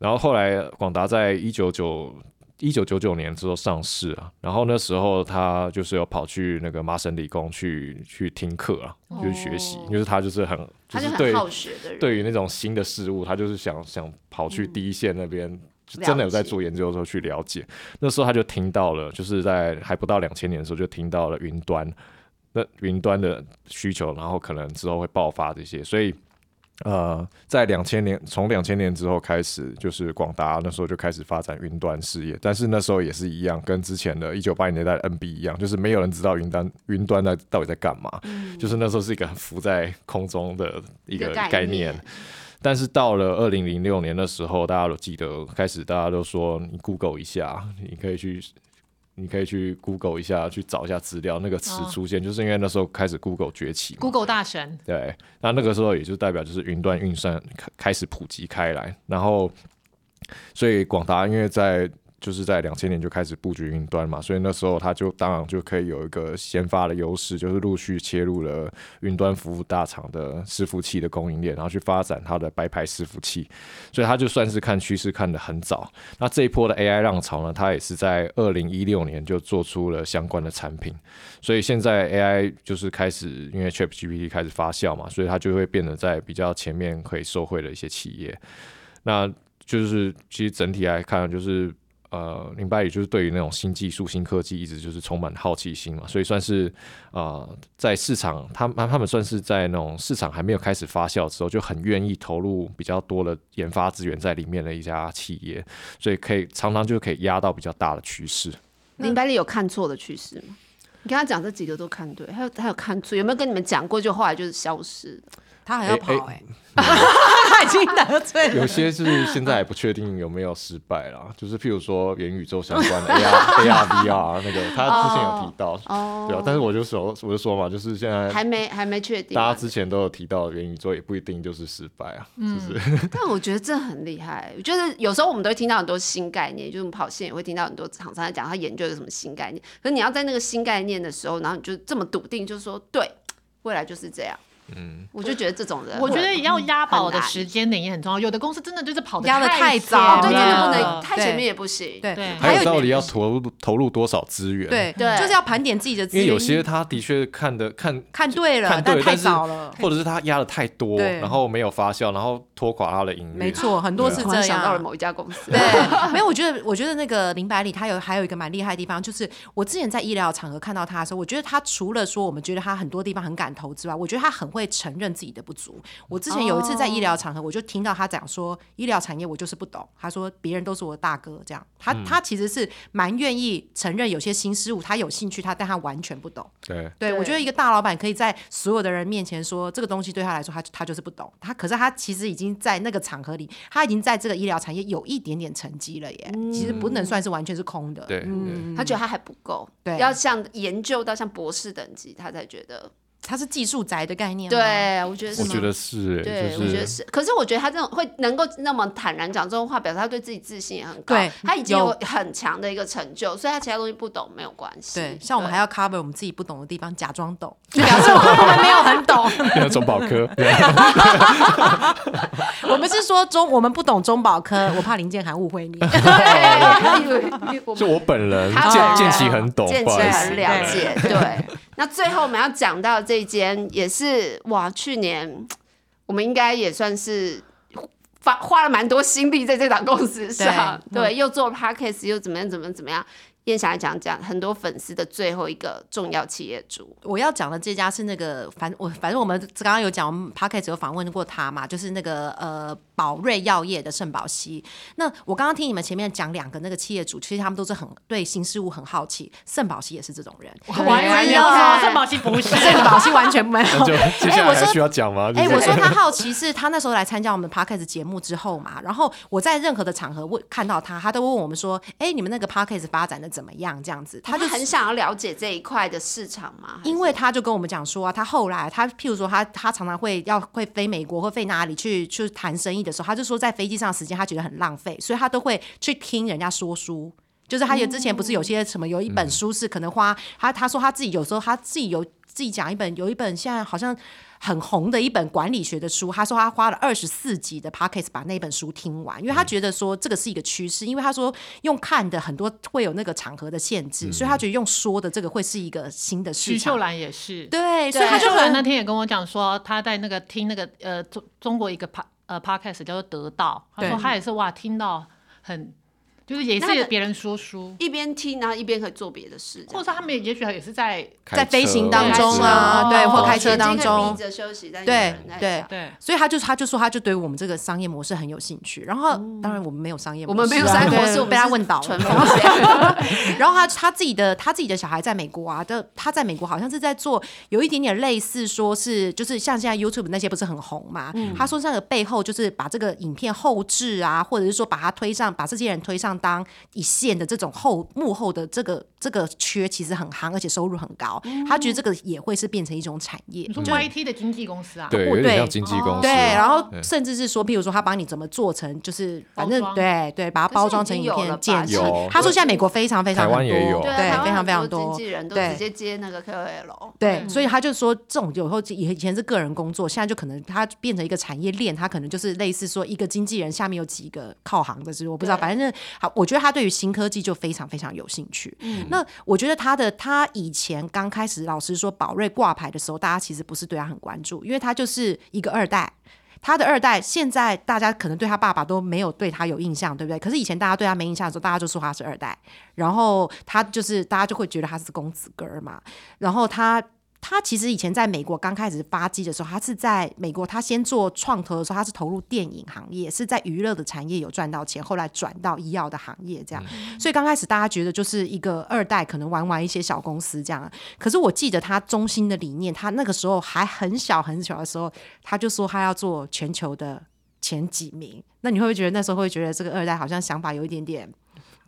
[SPEAKER 5] 然后后来广达在一九九一九九九年之后上市啊，然后那时候他就是有跑去那个麻省理工去去听课啊，就是学习，
[SPEAKER 2] 哦
[SPEAKER 5] 就是他就是很就
[SPEAKER 2] 他就是
[SPEAKER 5] 对
[SPEAKER 2] 很好学的人，
[SPEAKER 5] 对于那种新的事物，他就是想想跑
[SPEAKER 2] 嗯
[SPEAKER 5] 去第一线那边。就真的有在做研究的时候去了解，那时候他就听到了，就是在还不到两千年的时候就听到了云端，那云端的需求，然后可能之后会爆发这些，所以呃，在两千年，从两千年之后开始，就是广达那时候就开始发展云端事业，但是那时候也是一样，跟之前的一九八零年代的 NB 一样，就是没有人知道云端云端在到底在干嘛，就是那时候是一个很浮在空中的一个
[SPEAKER 2] 一个概
[SPEAKER 5] 概
[SPEAKER 2] 念
[SPEAKER 5] 念。但是到了二零零六年的时候，大家都记得，开始大家都说你 Google 一下，你可以去，你可以去 Google 一下，去找一下资料。那个词
[SPEAKER 4] 哦
[SPEAKER 5] 出现，就是因为那时候开始 Google 崛起嘛
[SPEAKER 4] Google 大神，
[SPEAKER 5] 对，那那个时候也就代表就是云端运算开开始普及开来，然后所以广达因为在就是在两千年就开始布局云端嘛，所以那时候它就当然就可以有一个先发的优势，就是陆续切入了云端服务大厂的伺服器的供应链，然后去发展它的白牌伺服器，所以它就算是看趋势看得很早。那这一波的 AI 浪潮呢，它也是在二零一六年就做出了相关的产品，所以现在 AI 就是开始，因为 ChatGPT 开始发酵嘛，所以它就会变得在比较前面可以受惠的一些企业。那就是其实整体来看，就是呃，林百里就是对于那种新技术、新科技一直就是充满好奇心嘛，所以算是呃，在市场他们他们算是在那种市场还没有开始发酵之后，就很愿意投入比较多的研发资源在里面的一家企业，所以可以常常就可以压到比较大的趋势。
[SPEAKER 2] 林百里有看错的趋势吗？你跟他讲这几个都看对，还有还有看错，有没有跟你们讲过？就后来就是消失了。
[SPEAKER 3] 他还要
[SPEAKER 5] 哎
[SPEAKER 3] 跑
[SPEAKER 5] 哎
[SPEAKER 3] 哎、 他已经得罪了。
[SPEAKER 5] 有些是现在还不确定有没有失败啦，就是譬如说元宇宙相关的 AR、AR、VR 那个，他之前有提到，
[SPEAKER 2] 哦
[SPEAKER 5] 对啊，但是我就说，我就说嘛，就是现在
[SPEAKER 2] 还没还没确定
[SPEAKER 5] 呃大家
[SPEAKER 2] 啊，
[SPEAKER 5] 之前都有提到元宇宙，也不一定就是失败啊，就是
[SPEAKER 2] 但我觉得这很厉害。我觉得有时候我们都会听到很多新概念，就是我们跑线也会听到很多厂商在讲他研究有什么新概念。可是你要在那个新概念的时候，然后你就这么笃定，就说对，未来就是这样。嗯，我就觉得这种人，
[SPEAKER 4] 我觉得要押宝的
[SPEAKER 2] 很难
[SPEAKER 4] 时间点也很重要。有的公司真的就是跑得
[SPEAKER 3] 压得太早
[SPEAKER 2] 哦，
[SPEAKER 4] 前
[SPEAKER 2] 对，真的不
[SPEAKER 4] 了
[SPEAKER 2] 能
[SPEAKER 3] 啊对
[SPEAKER 2] 太前面也不行。
[SPEAKER 3] 对
[SPEAKER 4] 对
[SPEAKER 5] 还有
[SPEAKER 3] 一
[SPEAKER 5] 到
[SPEAKER 3] 点
[SPEAKER 5] 底要投入投入多少资源？，
[SPEAKER 3] 对
[SPEAKER 2] 对
[SPEAKER 3] 就是要盘点自己的资
[SPEAKER 5] 因为
[SPEAKER 3] 源，
[SPEAKER 5] 有些他的确看的看
[SPEAKER 3] 看对了，
[SPEAKER 5] 看对，
[SPEAKER 3] 太
[SPEAKER 5] 但是
[SPEAKER 3] 早了。
[SPEAKER 5] 或者是他压的太多，
[SPEAKER 3] 呃对
[SPEAKER 5] 然后没有发酵，然后拖垮他的营运，
[SPEAKER 3] 没错，很多是
[SPEAKER 2] 突
[SPEAKER 3] 这
[SPEAKER 2] 然
[SPEAKER 3] 样。啊
[SPEAKER 2] 想到了某一家公司，
[SPEAKER 3] 对， 没有，我觉得，我觉得那个林百里他有还有一个蛮厉害的地方，就是我之前在医疗场合看到他的时候，我觉得他除了说我们觉得他很多地方很敢投之外，我觉得他很会承认自己的不足。
[SPEAKER 5] 嗯
[SPEAKER 3] 我之前有一次在医疗场合，我就听到他讲说，医疗产业我就是不懂，他说别人都是我的大哥这样，他、
[SPEAKER 5] 嗯
[SPEAKER 3] 他其实是蛮愿意承认有些新事物他有兴趣，他但他完全不懂。
[SPEAKER 5] 对。
[SPEAKER 3] 对，
[SPEAKER 2] 对
[SPEAKER 3] 我觉得一个大老板可以在所有的人面前说这个东西对他来说，他他就是不懂。他可是他其实已经在那个场合里，他已经在这个医疗产业有一点点成绩了耶。其实不能算是完全是空的。
[SPEAKER 5] 对，对
[SPEAKER 2] 他觉得他还不够，
[SPEAKER 3] 对
[SPEAKER 2] 要像研究到像博士等级，他才觉得。
[SPEAKER 3] 他是技术宅的概念。，
[SPEAKER 2] 对，我觉得是
[SPEAKER 5] 我
[SPEAKER 2] 吗
[SPEAKER 5] 觉得是、欸，
[SPEAKER 2] 对，
[SPEAKER 5] 就
[SPEAKER 2] 我觉得
[SPEAKER 5] 是
[SPEAKER 2] 是。可是我觉得他这种会能够那么坦然讲这种话，表示他对自己自信也很高
[SPEAKER 3] 对，
[SPEAKER 2] 他已经有
[SPEAKER 3] 有
[SPEAKER 2] 很强的一个成就，所以他其他东西不懂没有关系。
[SPEAKER 3] 对，像我们还
[SPEAKER 2] 要
[SPEAKER 3] 要 cover 我们自己不懂的地方，假装懂，就表 示我们没有很懂。
[SPEAKER 5] 变成中保科。对
[SPEAKER 3] 我们是说中，我们不懂中保科，我怕林建涵误会你。
[SPEAKER 2] 对，我
[SPEAKER 5] 就
[SPEAKER 2] 们
[SPEAKER 5] 我本人
[SPEAKER 2] 他
[SPEAKER 5] 见
[SPEAKER 2] 本人
[SPEAKER 5] 见其很懂，
[SPEAKER 2] 见
[SPEAKER 5] 不好
[SPEAKER 2] 起
[SPEAKER 5] 意
[SPEAKER 2] 很
[SPEAKER 5] 思
[SPEAKER 2] 了解。对，那最后我们要讲到这间也是哇，去年我们应该也算是。花花了蛮多心力在这档公司上，
[SPEAKER 3] 对嗯
[SPEAKER 2] 对，又做 podcast，又怎么样，怎么样怎么样。燕霞来讲讲很多粉丝的最后一个重要企业主，
[SPEAKER 3] 我要讲的这家是那个，反我反正我们刚刚有讲，我们 p o c k e t 有访问过他嘛，就是那个呃宝瑞药业的盛宝熙。那我刚刚听你们前面讲两个那个企业主，其实他们都是很对新事物很好奇，盛宝熙也是这种 人，
[SPEAKER 4] 我还以为你要
[SPEAKER 2] 对
[SPEAKER 4] 说郑宝熙不 是，
[SPEAKER 3] 盛宝熙完全没有
[SPEAKER 5] 那。 就接下
[SPEAKER 3] 哎我
[SPEAKER 5] 来
[SPEAKER 3] 说
[SPEAKER 5] 还需要讲吗？就
[SPEAKER 3] 哎、
[SPEAKER 5] 是
[SPEAKER 3] 我说他好奇是他那时候来参加我们 podcast 节目之后嘛，然后我在任何的场合问看到他，他都会问我们说，哎、你们那个 podcast 发展的怎么样？这样子，
[SPEAKER 2] 他
[SPEAKER 3] 他
[SPEAKER 2] 就
[SPEAKER 3] 就
[SPEAKER 2] 很想要了解这一块的市场嘛，
[SPEAKER 3] 因为他就跟我们讲说啊，他后来他譬如说他他常常会要会飞美国或飞哪里去去谈生意的时候，他就说在飞机上的时间他觉得很浪费，所以他都会去听人家说书。就是他有之前不是有些什么有一本书是可能花他他说他自己有时候他自己有自己讲一本有一本现在好像很红的一本管理学的书，他说他花了二十四集的 p o c k e t 把那本书听完，因为他觉得说这个是一个趋势，因为他说用看的很多会有那个场合的限制，所以他觉得用说的这个会是一个新的市
[SPEAKER 4] 徐
[SPEAKER 3] 场
[SPEAKER 4] 秀。兰也是。
[SPEAKER 3] 对，所以他
[SPEAKER 4] 徐
[SPEAKER 3] 就
[SPEAKER 4] 秀兰那
[SPEAKER 3] 很
[SPEAKER 4] 天也跟我讲说，他在那个听那个呃中中国一个 pa 呃 podcast 叫做得到，他
[SPEAKER 3] 对
[SPEAKER 4] 说他也是哇，听到很就是也
[SPEAKER 2] 那他
[SPEAKER 4] 是
[SPEAKER 2] 的
[SPEAKER 4] 别人说书，
[SPEAKER 2] 一边听，然后一边可以做别的事，这
[SPEAKER 4] 或者
[SPEAKER 2] 样
[SPEAKER 4] 说他们也许也是在
[SPEAKER 5] 开
[SPEAKER 3] 在飞
[SPEAKER 5] 车
[SPEAKER 3] 行当中
[SPEAKER 4] 开
[SPEAKER 3] 啊，
[SPEAKER 4] 车
[SPEAKER 3] 对，或
[SPEAKER 4] 哦
[SPEAKER 3] 开车当
[SPEAKER 2] 眼睛可以
[SPEAKER 3] 中
[SPEAKER 2] 眯，着休息，但
[SPEAKER 3] 对
[SPEAKER 2] 有人在
[SPEAKER 3] 对
[SPEAKER 2] 讲
[SPEAKER 4] 对
[SPEAKER 3] 所以他就他就说他就对我们这个商业模式很有兴趣。然后当然我们没有商业模
[SPEAKER 2] 我
[SPEAKER 3] 式啊，
[SPEAKER 2] 们没有三国
[SPEAKER 3] 对
[SPEAKER 2] 是我们
[SPEAKER 3] 被他
[SPEAKER 2] 是
[SPEAKER 3] 问倒
[SPEAKER 2] 纯
[SPEAKER 3] 了。
[SPEAKER 2] 风险。
[SPEAKER 3] 然后他他自己的他自己的小孩在美国啊，的他在美国好像是在做有一点点类似，说是就是像现在 YouTube 那些不是很红嘛？
[SPEAKER 2] 嗯
[SPEAKER 3] 他说那个背后就是把这个影片后置啊，或者是说把它推上，把这些人推上当一线的这种后幕后的这个这个缺其实很夯，而且收入很高。
[SPEAKER 2] 嗯
[SPEAKER 3] 他觉得这个也会是变成一种产业
[SPEAKER 4] 你。说
[SPEAKER 3] 就
[SPEAKER 4] YT 的经纪公司啊，
[SPEAKER 5] 对，
[SPEAKER 3] 哦
[SPEAKER 5] 有点
[SPEAKER 3] 对
[SPEAKER 5] 像经纪公司。
[SPEAKER 3] 对，然后
[SPEAKER 5] 对
[SPEAKER 3] 甚至是说，譬如说，他帮你怎么做成，就是反正
[SPEAKER 4] 包装
[SPEAKER 3] 对对，把它包装成影
[SPEAKER 2] 可是已经有了
[SPEAKER 3] 片
[SPEAKER 2] 吧
[SPEAKER 3] 剪辑
[SPEAKER 5] 有对。
[SPEAKER 3] 他说现在美国非常非常
[SPEAKER 5] 台湾
[SPEAKER 3] 很多
[SPEAKER 5] 也有
[SPEAKER 2] 对 啊，
[SPEAKER 3] 对
[SPEAKER 2] 台湾
[SPEAKER 3] 非常
[SPEAKER 2] 很
[SPEAKER 3] 非常
[SPEAKER 2] 多
[SPEAKER 3] 多
[SPEAKER 2] 经纪人都
[SPEAKER 3] 对
[SPEAKER 2] 直接接那个 KOL。
[SPEAKER 3] 对，
[SPEAKER 4] 嗯
[SPEAKER 3] 所以他就说，这种有时候以前是个人工作，现在就可能他变成一个产业链，他可能就是类似说一个经纪人下面有几个靠行的，就是我不知道，
[SPEAKER 2] 对
[SPEAKER 3] 反正好，我觉得他对于新科技就非常非常有兴趣。那我觉得他的他以前刚开始，老实说，宝瑞挂牌的时候，大家其实不是对他很关注，因为他就是一个二代。他的二代现在大家可能对他爸爸都没有对他有印象，对不对？可是以前大家对他没印象的时候，大家就说他是二代，然后他就是大家就会觉得他是公子哥儿嘛。然后他他其实以前在美国刚开始发迹的时候，他是在美国，他先做创投的时候，他是投入电影行业，是在娱乐的产业有赚到钱，后来转到医药的行业这样。所以刚开始大家觉得就是一个二代，可能玩玩一些小公司这样。啊可是我记得他中心的理念，他那个时候还很小很小的时候，他就说他要做全球的前几名。那你会不会觉得那时候会觉得这个二代好像想法有一点点？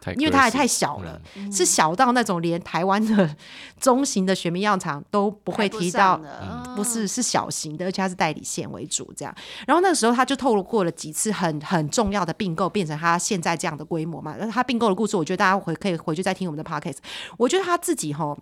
[SPEAKER 5] 太
[SPEAKER 3] 因为它还
[SPEAKER 5] aggressive
[SPEAKER 3] 太小了，是小到那种连台湾的 中型的雪蜜药厂都不会提到
[SPEAKER 2] 排不上，的
[SPEAKER 3] 不是是小型的，而且它是代理线为主这样。然后那个时候他就透露过了几次很很重要的并购，变成他现在这样的规模嘛。那他并购的故事，我觉得大家回可以回去再听我们的 podcast。我觉得他自己吼。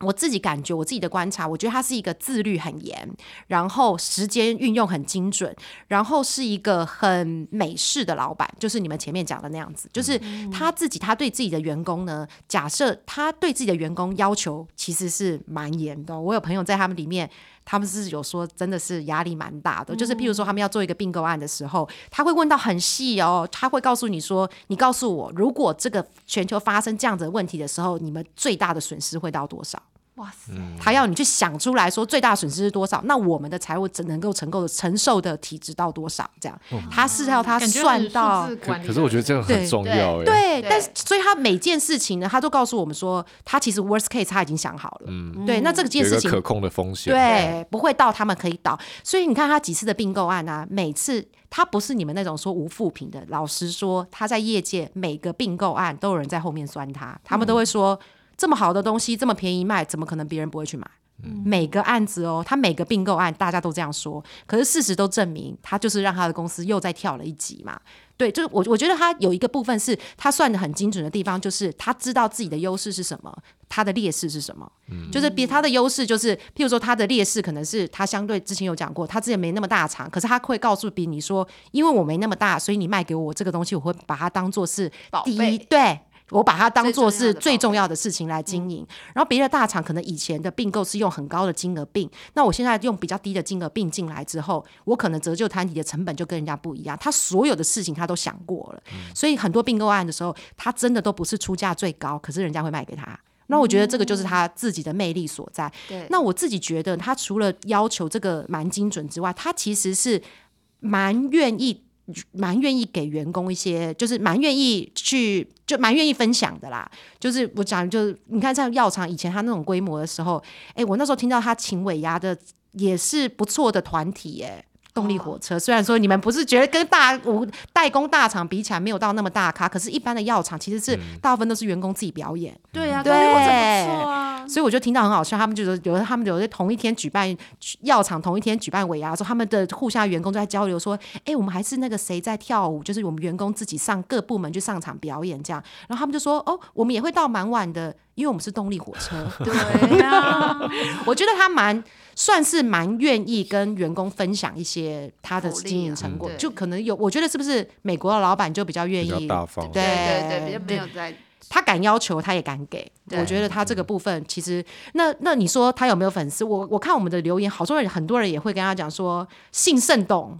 [SPEAKER 3] 我自己感觉，我自己的观察，我觉得他是一个自律很严，然后时间运用很精准，然后是一个很美式的老板，就是你们前面讲的那样子，就是他自己，他对自己的员工呢，假设他对自己的员工要求其实是蛮严的哦。我有朋友在他们里面，他们是有说真的是压力蛮大的，就是譬如说他们要做一个并购案的时候，他会问到很细哦，他会告诉你说，你告诉我，如果这个全球发生这样子的问题的时候，你们最大的损失会到多少？
[SPEAKER 4] 哇塞，
[SPEAKER 3] 他要你去想出来说最大损失是多少，那我们的财务只能够承受的承受的体质到多少？这样，他是要他
[SPEAKER 4] 感觉
[SPEAKER 3] 算
[SPEAKER 4] 很数
[SPEAKER 3] 到
[SPEAKER 4] 字
[SPEAKER 5] 可
[SPEAKER 4] 管理
[SPEAKER 5] 可是我觉得这样很
[SPEAKER 3] 对
[SPEAKER 5] 重要哎。
[SPEAKER 3] 对，
[SPEAKER 2] 对
[SPEAKER 3] 但是所以他每件事情呢，他都告诉我们说，他其实 worst case 他已经想好了，对，那这个件
[SPEAKER 5] 嗯有一
[SPEAKER 3] 事
[SPEAKER 5] 个
[SPEAKER 3] 情
[SPEAKER 5] 可控的风险。
[SPEAKER 3] 对，不会到他们可以倒。所以你看他几次的并购案啊，每次他不是你们那种说无负评的。老实说，他在业界每个并购案都有人在后面酸他，他们都会说、这么好的东西这么便宜卖，怎么可能别人不会去买？每个案子哦，他每个并购案大家都这样说，可是事实都证明他就是让他的公司又再跳了一级嘛。对，就是我我觉得他有一个部分是他算的很精准的地方，就是他知道自己的优势是什么，他的劣势是什么。就是比他的优势就是，譬如说他的劣势可能是他相对之前有讲过，他之前没那么大厂，可是他会告诉比你说，因为我没那么大，所以你卖给我这个东西，我会把它当做是
[SPEAKER 2] 宝
[SPEAKER 3] 第
[SPEAKER 2] 贝
[SPEAKER 3] 一，对。我把它当做是
[SPEAKER 2] 最
[SPEAKER 3] 最
[SPEAKER 2] 重
[SPEAKER 3] 重要的事情来经营，然后别的大厂可能以前的并购是用很高的金额并，那我现在用比较低的金额并进来之后，我可能折旧摊体的成本就跟人家不一样。他所有的事情他都想过了，所以很多并购案的时候，他真的都不是出价最高，可是人家会卖给他。那我觉得这个就是他自己的魅力所在。
[SPEAKER 2] 对
[SPEAKER 3] 那我自己觉得，他除了要求这个蛮精准之外，他其实是蛮愿意。蛮愿意给员工一些，就是蛮愿意去，就蛮愿意分享的啦。就是我讲，就是你看像药厂以前他那种规模的时候，哎、我那时候听到他请尾牙的也是不错的团体、诶动力火车。虽然说你们不是觉得跟大无代工大厂比起来没有到那么大咖，可是一般的药厂其实是大部分都是员工自己表演。
[SPEAKER 2] 对啊，
[SPEAKER 3] 对
[SPEAKER 2] 对，我怎么错啊？
[SPEAKER 3] 所以我就听到很好笑，他们就说有的他们有在同一天举办药厂同一天举办尾牙的时候，他们的互相员工都在交流说，哎、我们还是那个谁在跳舞，就是我们员工自己上各部门去上场表演这样，然后他们就说，哦，我们也会到蛮晚的，因为我们是动力火 车。
[SPEAKER 2] 对啊，
[SPEAKER 3] 我觉得他蛮算是蛮愿意跟员工分享一些他的
[SPEAKER 2] 福利啊
[SPEAKER 3] 经营成果，
[SPEAKER 2] 对
[SPEAKER 3] 就可能有，我觉得是不是美国的老板就比较愿
[SPEAKER 5] 嗯比较
[SPEAKER 3] 意，
[SPEAKER 5] 大方
[SPEAKER 3] 对
[SPEAKER 2] 对对对，比较没有在
[SPEAKER 3] 他敢要求，他也敢给。
[SPEAKER 2] 对
[SPEAKER 3] 我觉得他这个部分其实，那那你说他有没有粉丝？我我看我们的留言，好多人很多人也会跟他讲说，姓盛董，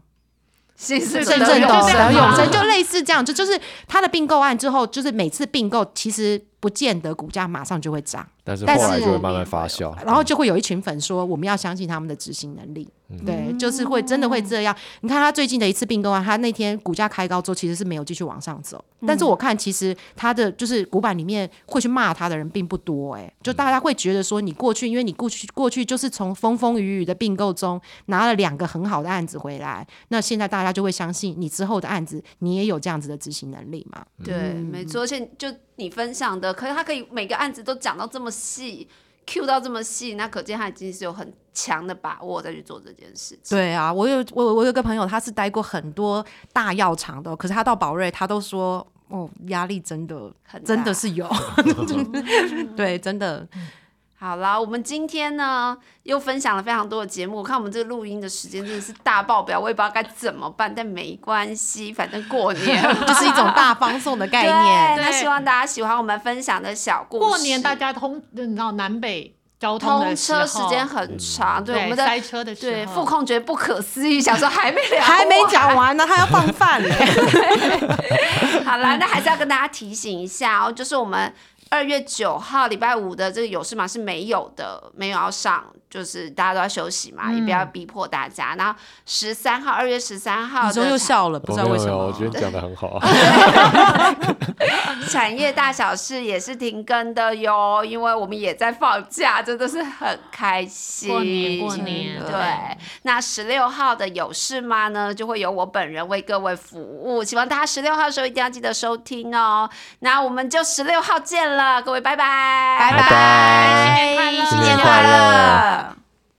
[SPEAKER 2] 新市
[SPEAKER 4] 郑
[SPEAKER 2] 镇
[SPEAKER 3] 郑
[SPEAKER 4] 郑
[SPEAKER 3] 振
[SPEAKER 4] 董
[SPEAKER 3] 东、
[SPEAKER 4] 郑
[SPEAKER 3] 梁永
[SPEAKER 4] 郑
[SPEAKER 3] 贞，就类似这样，就就是他的并购案之后，就是每次并购其实不见得股价马上就会涨，
[SPEAKER 5] 但是后
[SPEAKER 3] 但
[SPEAKER 5] 来
[SPEAKER 3] 是
[SPEAKER 5] 就会慢慢发酵。
[SPEAKER 3] 然后就会有一群粉说我们要相信他们的执行能力，
[SPEAKER 5] 嗯哦
[SPEAKER 3] 对，就是会真的会这样。你看他最近的一次并购案，他那天股价开高之后其实是没有继续往上走，但是我看其实他的就是股板里面会去骂他的人并不多、哎，就大家会觉得说你过去，因为你过去过去就是从风风雨雨的并购中拿了两个很好的案子回来，那现在大家就会相信你之后的案子你也有这样子的执行能力嘛？
[SPEAKER 2] 对，没错，而且就你分享的，可是他可以每个案子都讲到这么细，Q 到这么细，那可见他已经是有很强的把握再去做这件事情。
[SPEAKER 3] 对啊，我有我我有个朋友，他是待过很多大药厂的哦，可是他到宝瑞，他都说哦，压力真的
[SPEAKER 2] 很大
[SPEAKER 3] 真的 是有，对，真的
[SPEAKER 2] 好啦，我们今天呢又分享了非常多的节目，我看我们这个录音的时间真的是大爆表，我也不知道该怎么办，但没关系，反正过年
[SPEAKER 3] 就是一种大放送的概 念。
[SPEAKER 2] 对那
[SPEAKER 4] 对
[SPEAKER 2] 希望大家喜欢我们分享的小故事。
[SPEAKER 4] 过年大家通，你知道南北交通
[SPEAKER 2] 通
[SPEAKER 4] 的时
[SPEAKER 2] 车时
[SPEAKER 4] 候
[SPEAKER 2] 间很长，对
[SPEAKER 4] 对
[SPEAKER 2] 我们的
[SPEAKER 4] 塞车的时候，
[SPEAKER 2] 对副控觉得不可思议，想说还没聊，
[SPEAKER 3] 还没讲。完呢，他要放 饭嘞。
[SPEAKER 2] 好啦，那还是要跟大家提醒一下哦，就是我们二月九号礼拜五的这个有事吗是没有的，没有要上，就是大家都要休息嘛，也不
[SPEAKER 3] 嗯
[SPEAKER 2] 要逼迫大家。然后十三号，二月十三号
[SPEAKER 3] 你终于又
[SPEAKER 2] 的
[SPEAKER 3] 笑了，不
[SPEAKER 5] 我
[SPEAKER 3] 知
[SPEAKER 5] 没
[SPEAKER 3] 道为
[SPEAKER 5] 有
[SPEAKER 3] 什
[SPEAKER 5] 没有，
[SPEAKER 3] 么
[SPEAKER 5] 我。觉得你讲的 很好。啊
[SPEAKER 2] 产业大小事也是停更的哟，因为我们也在放假，真的是很开心。
[SPEAKER 4] 过年过年
[SPEAKER 2] 对
[SPEAKER 4] 对。
[SPEAKER 2] 那十六号的有事吗呢？就会由我本人为各位服务，希望大家十六号的时候一定要记得收听哦。那我们就十六号见了，各位拜拜，
[SPEAKER 5] 拜拜
[SPEAKER 2] 新年
[SPEAKER 5] 新年
[SPEAKER 2] 快
[SPEAKER 5] 快
[SPEAKER 2] 乐
[SPEAKER 5] 乐。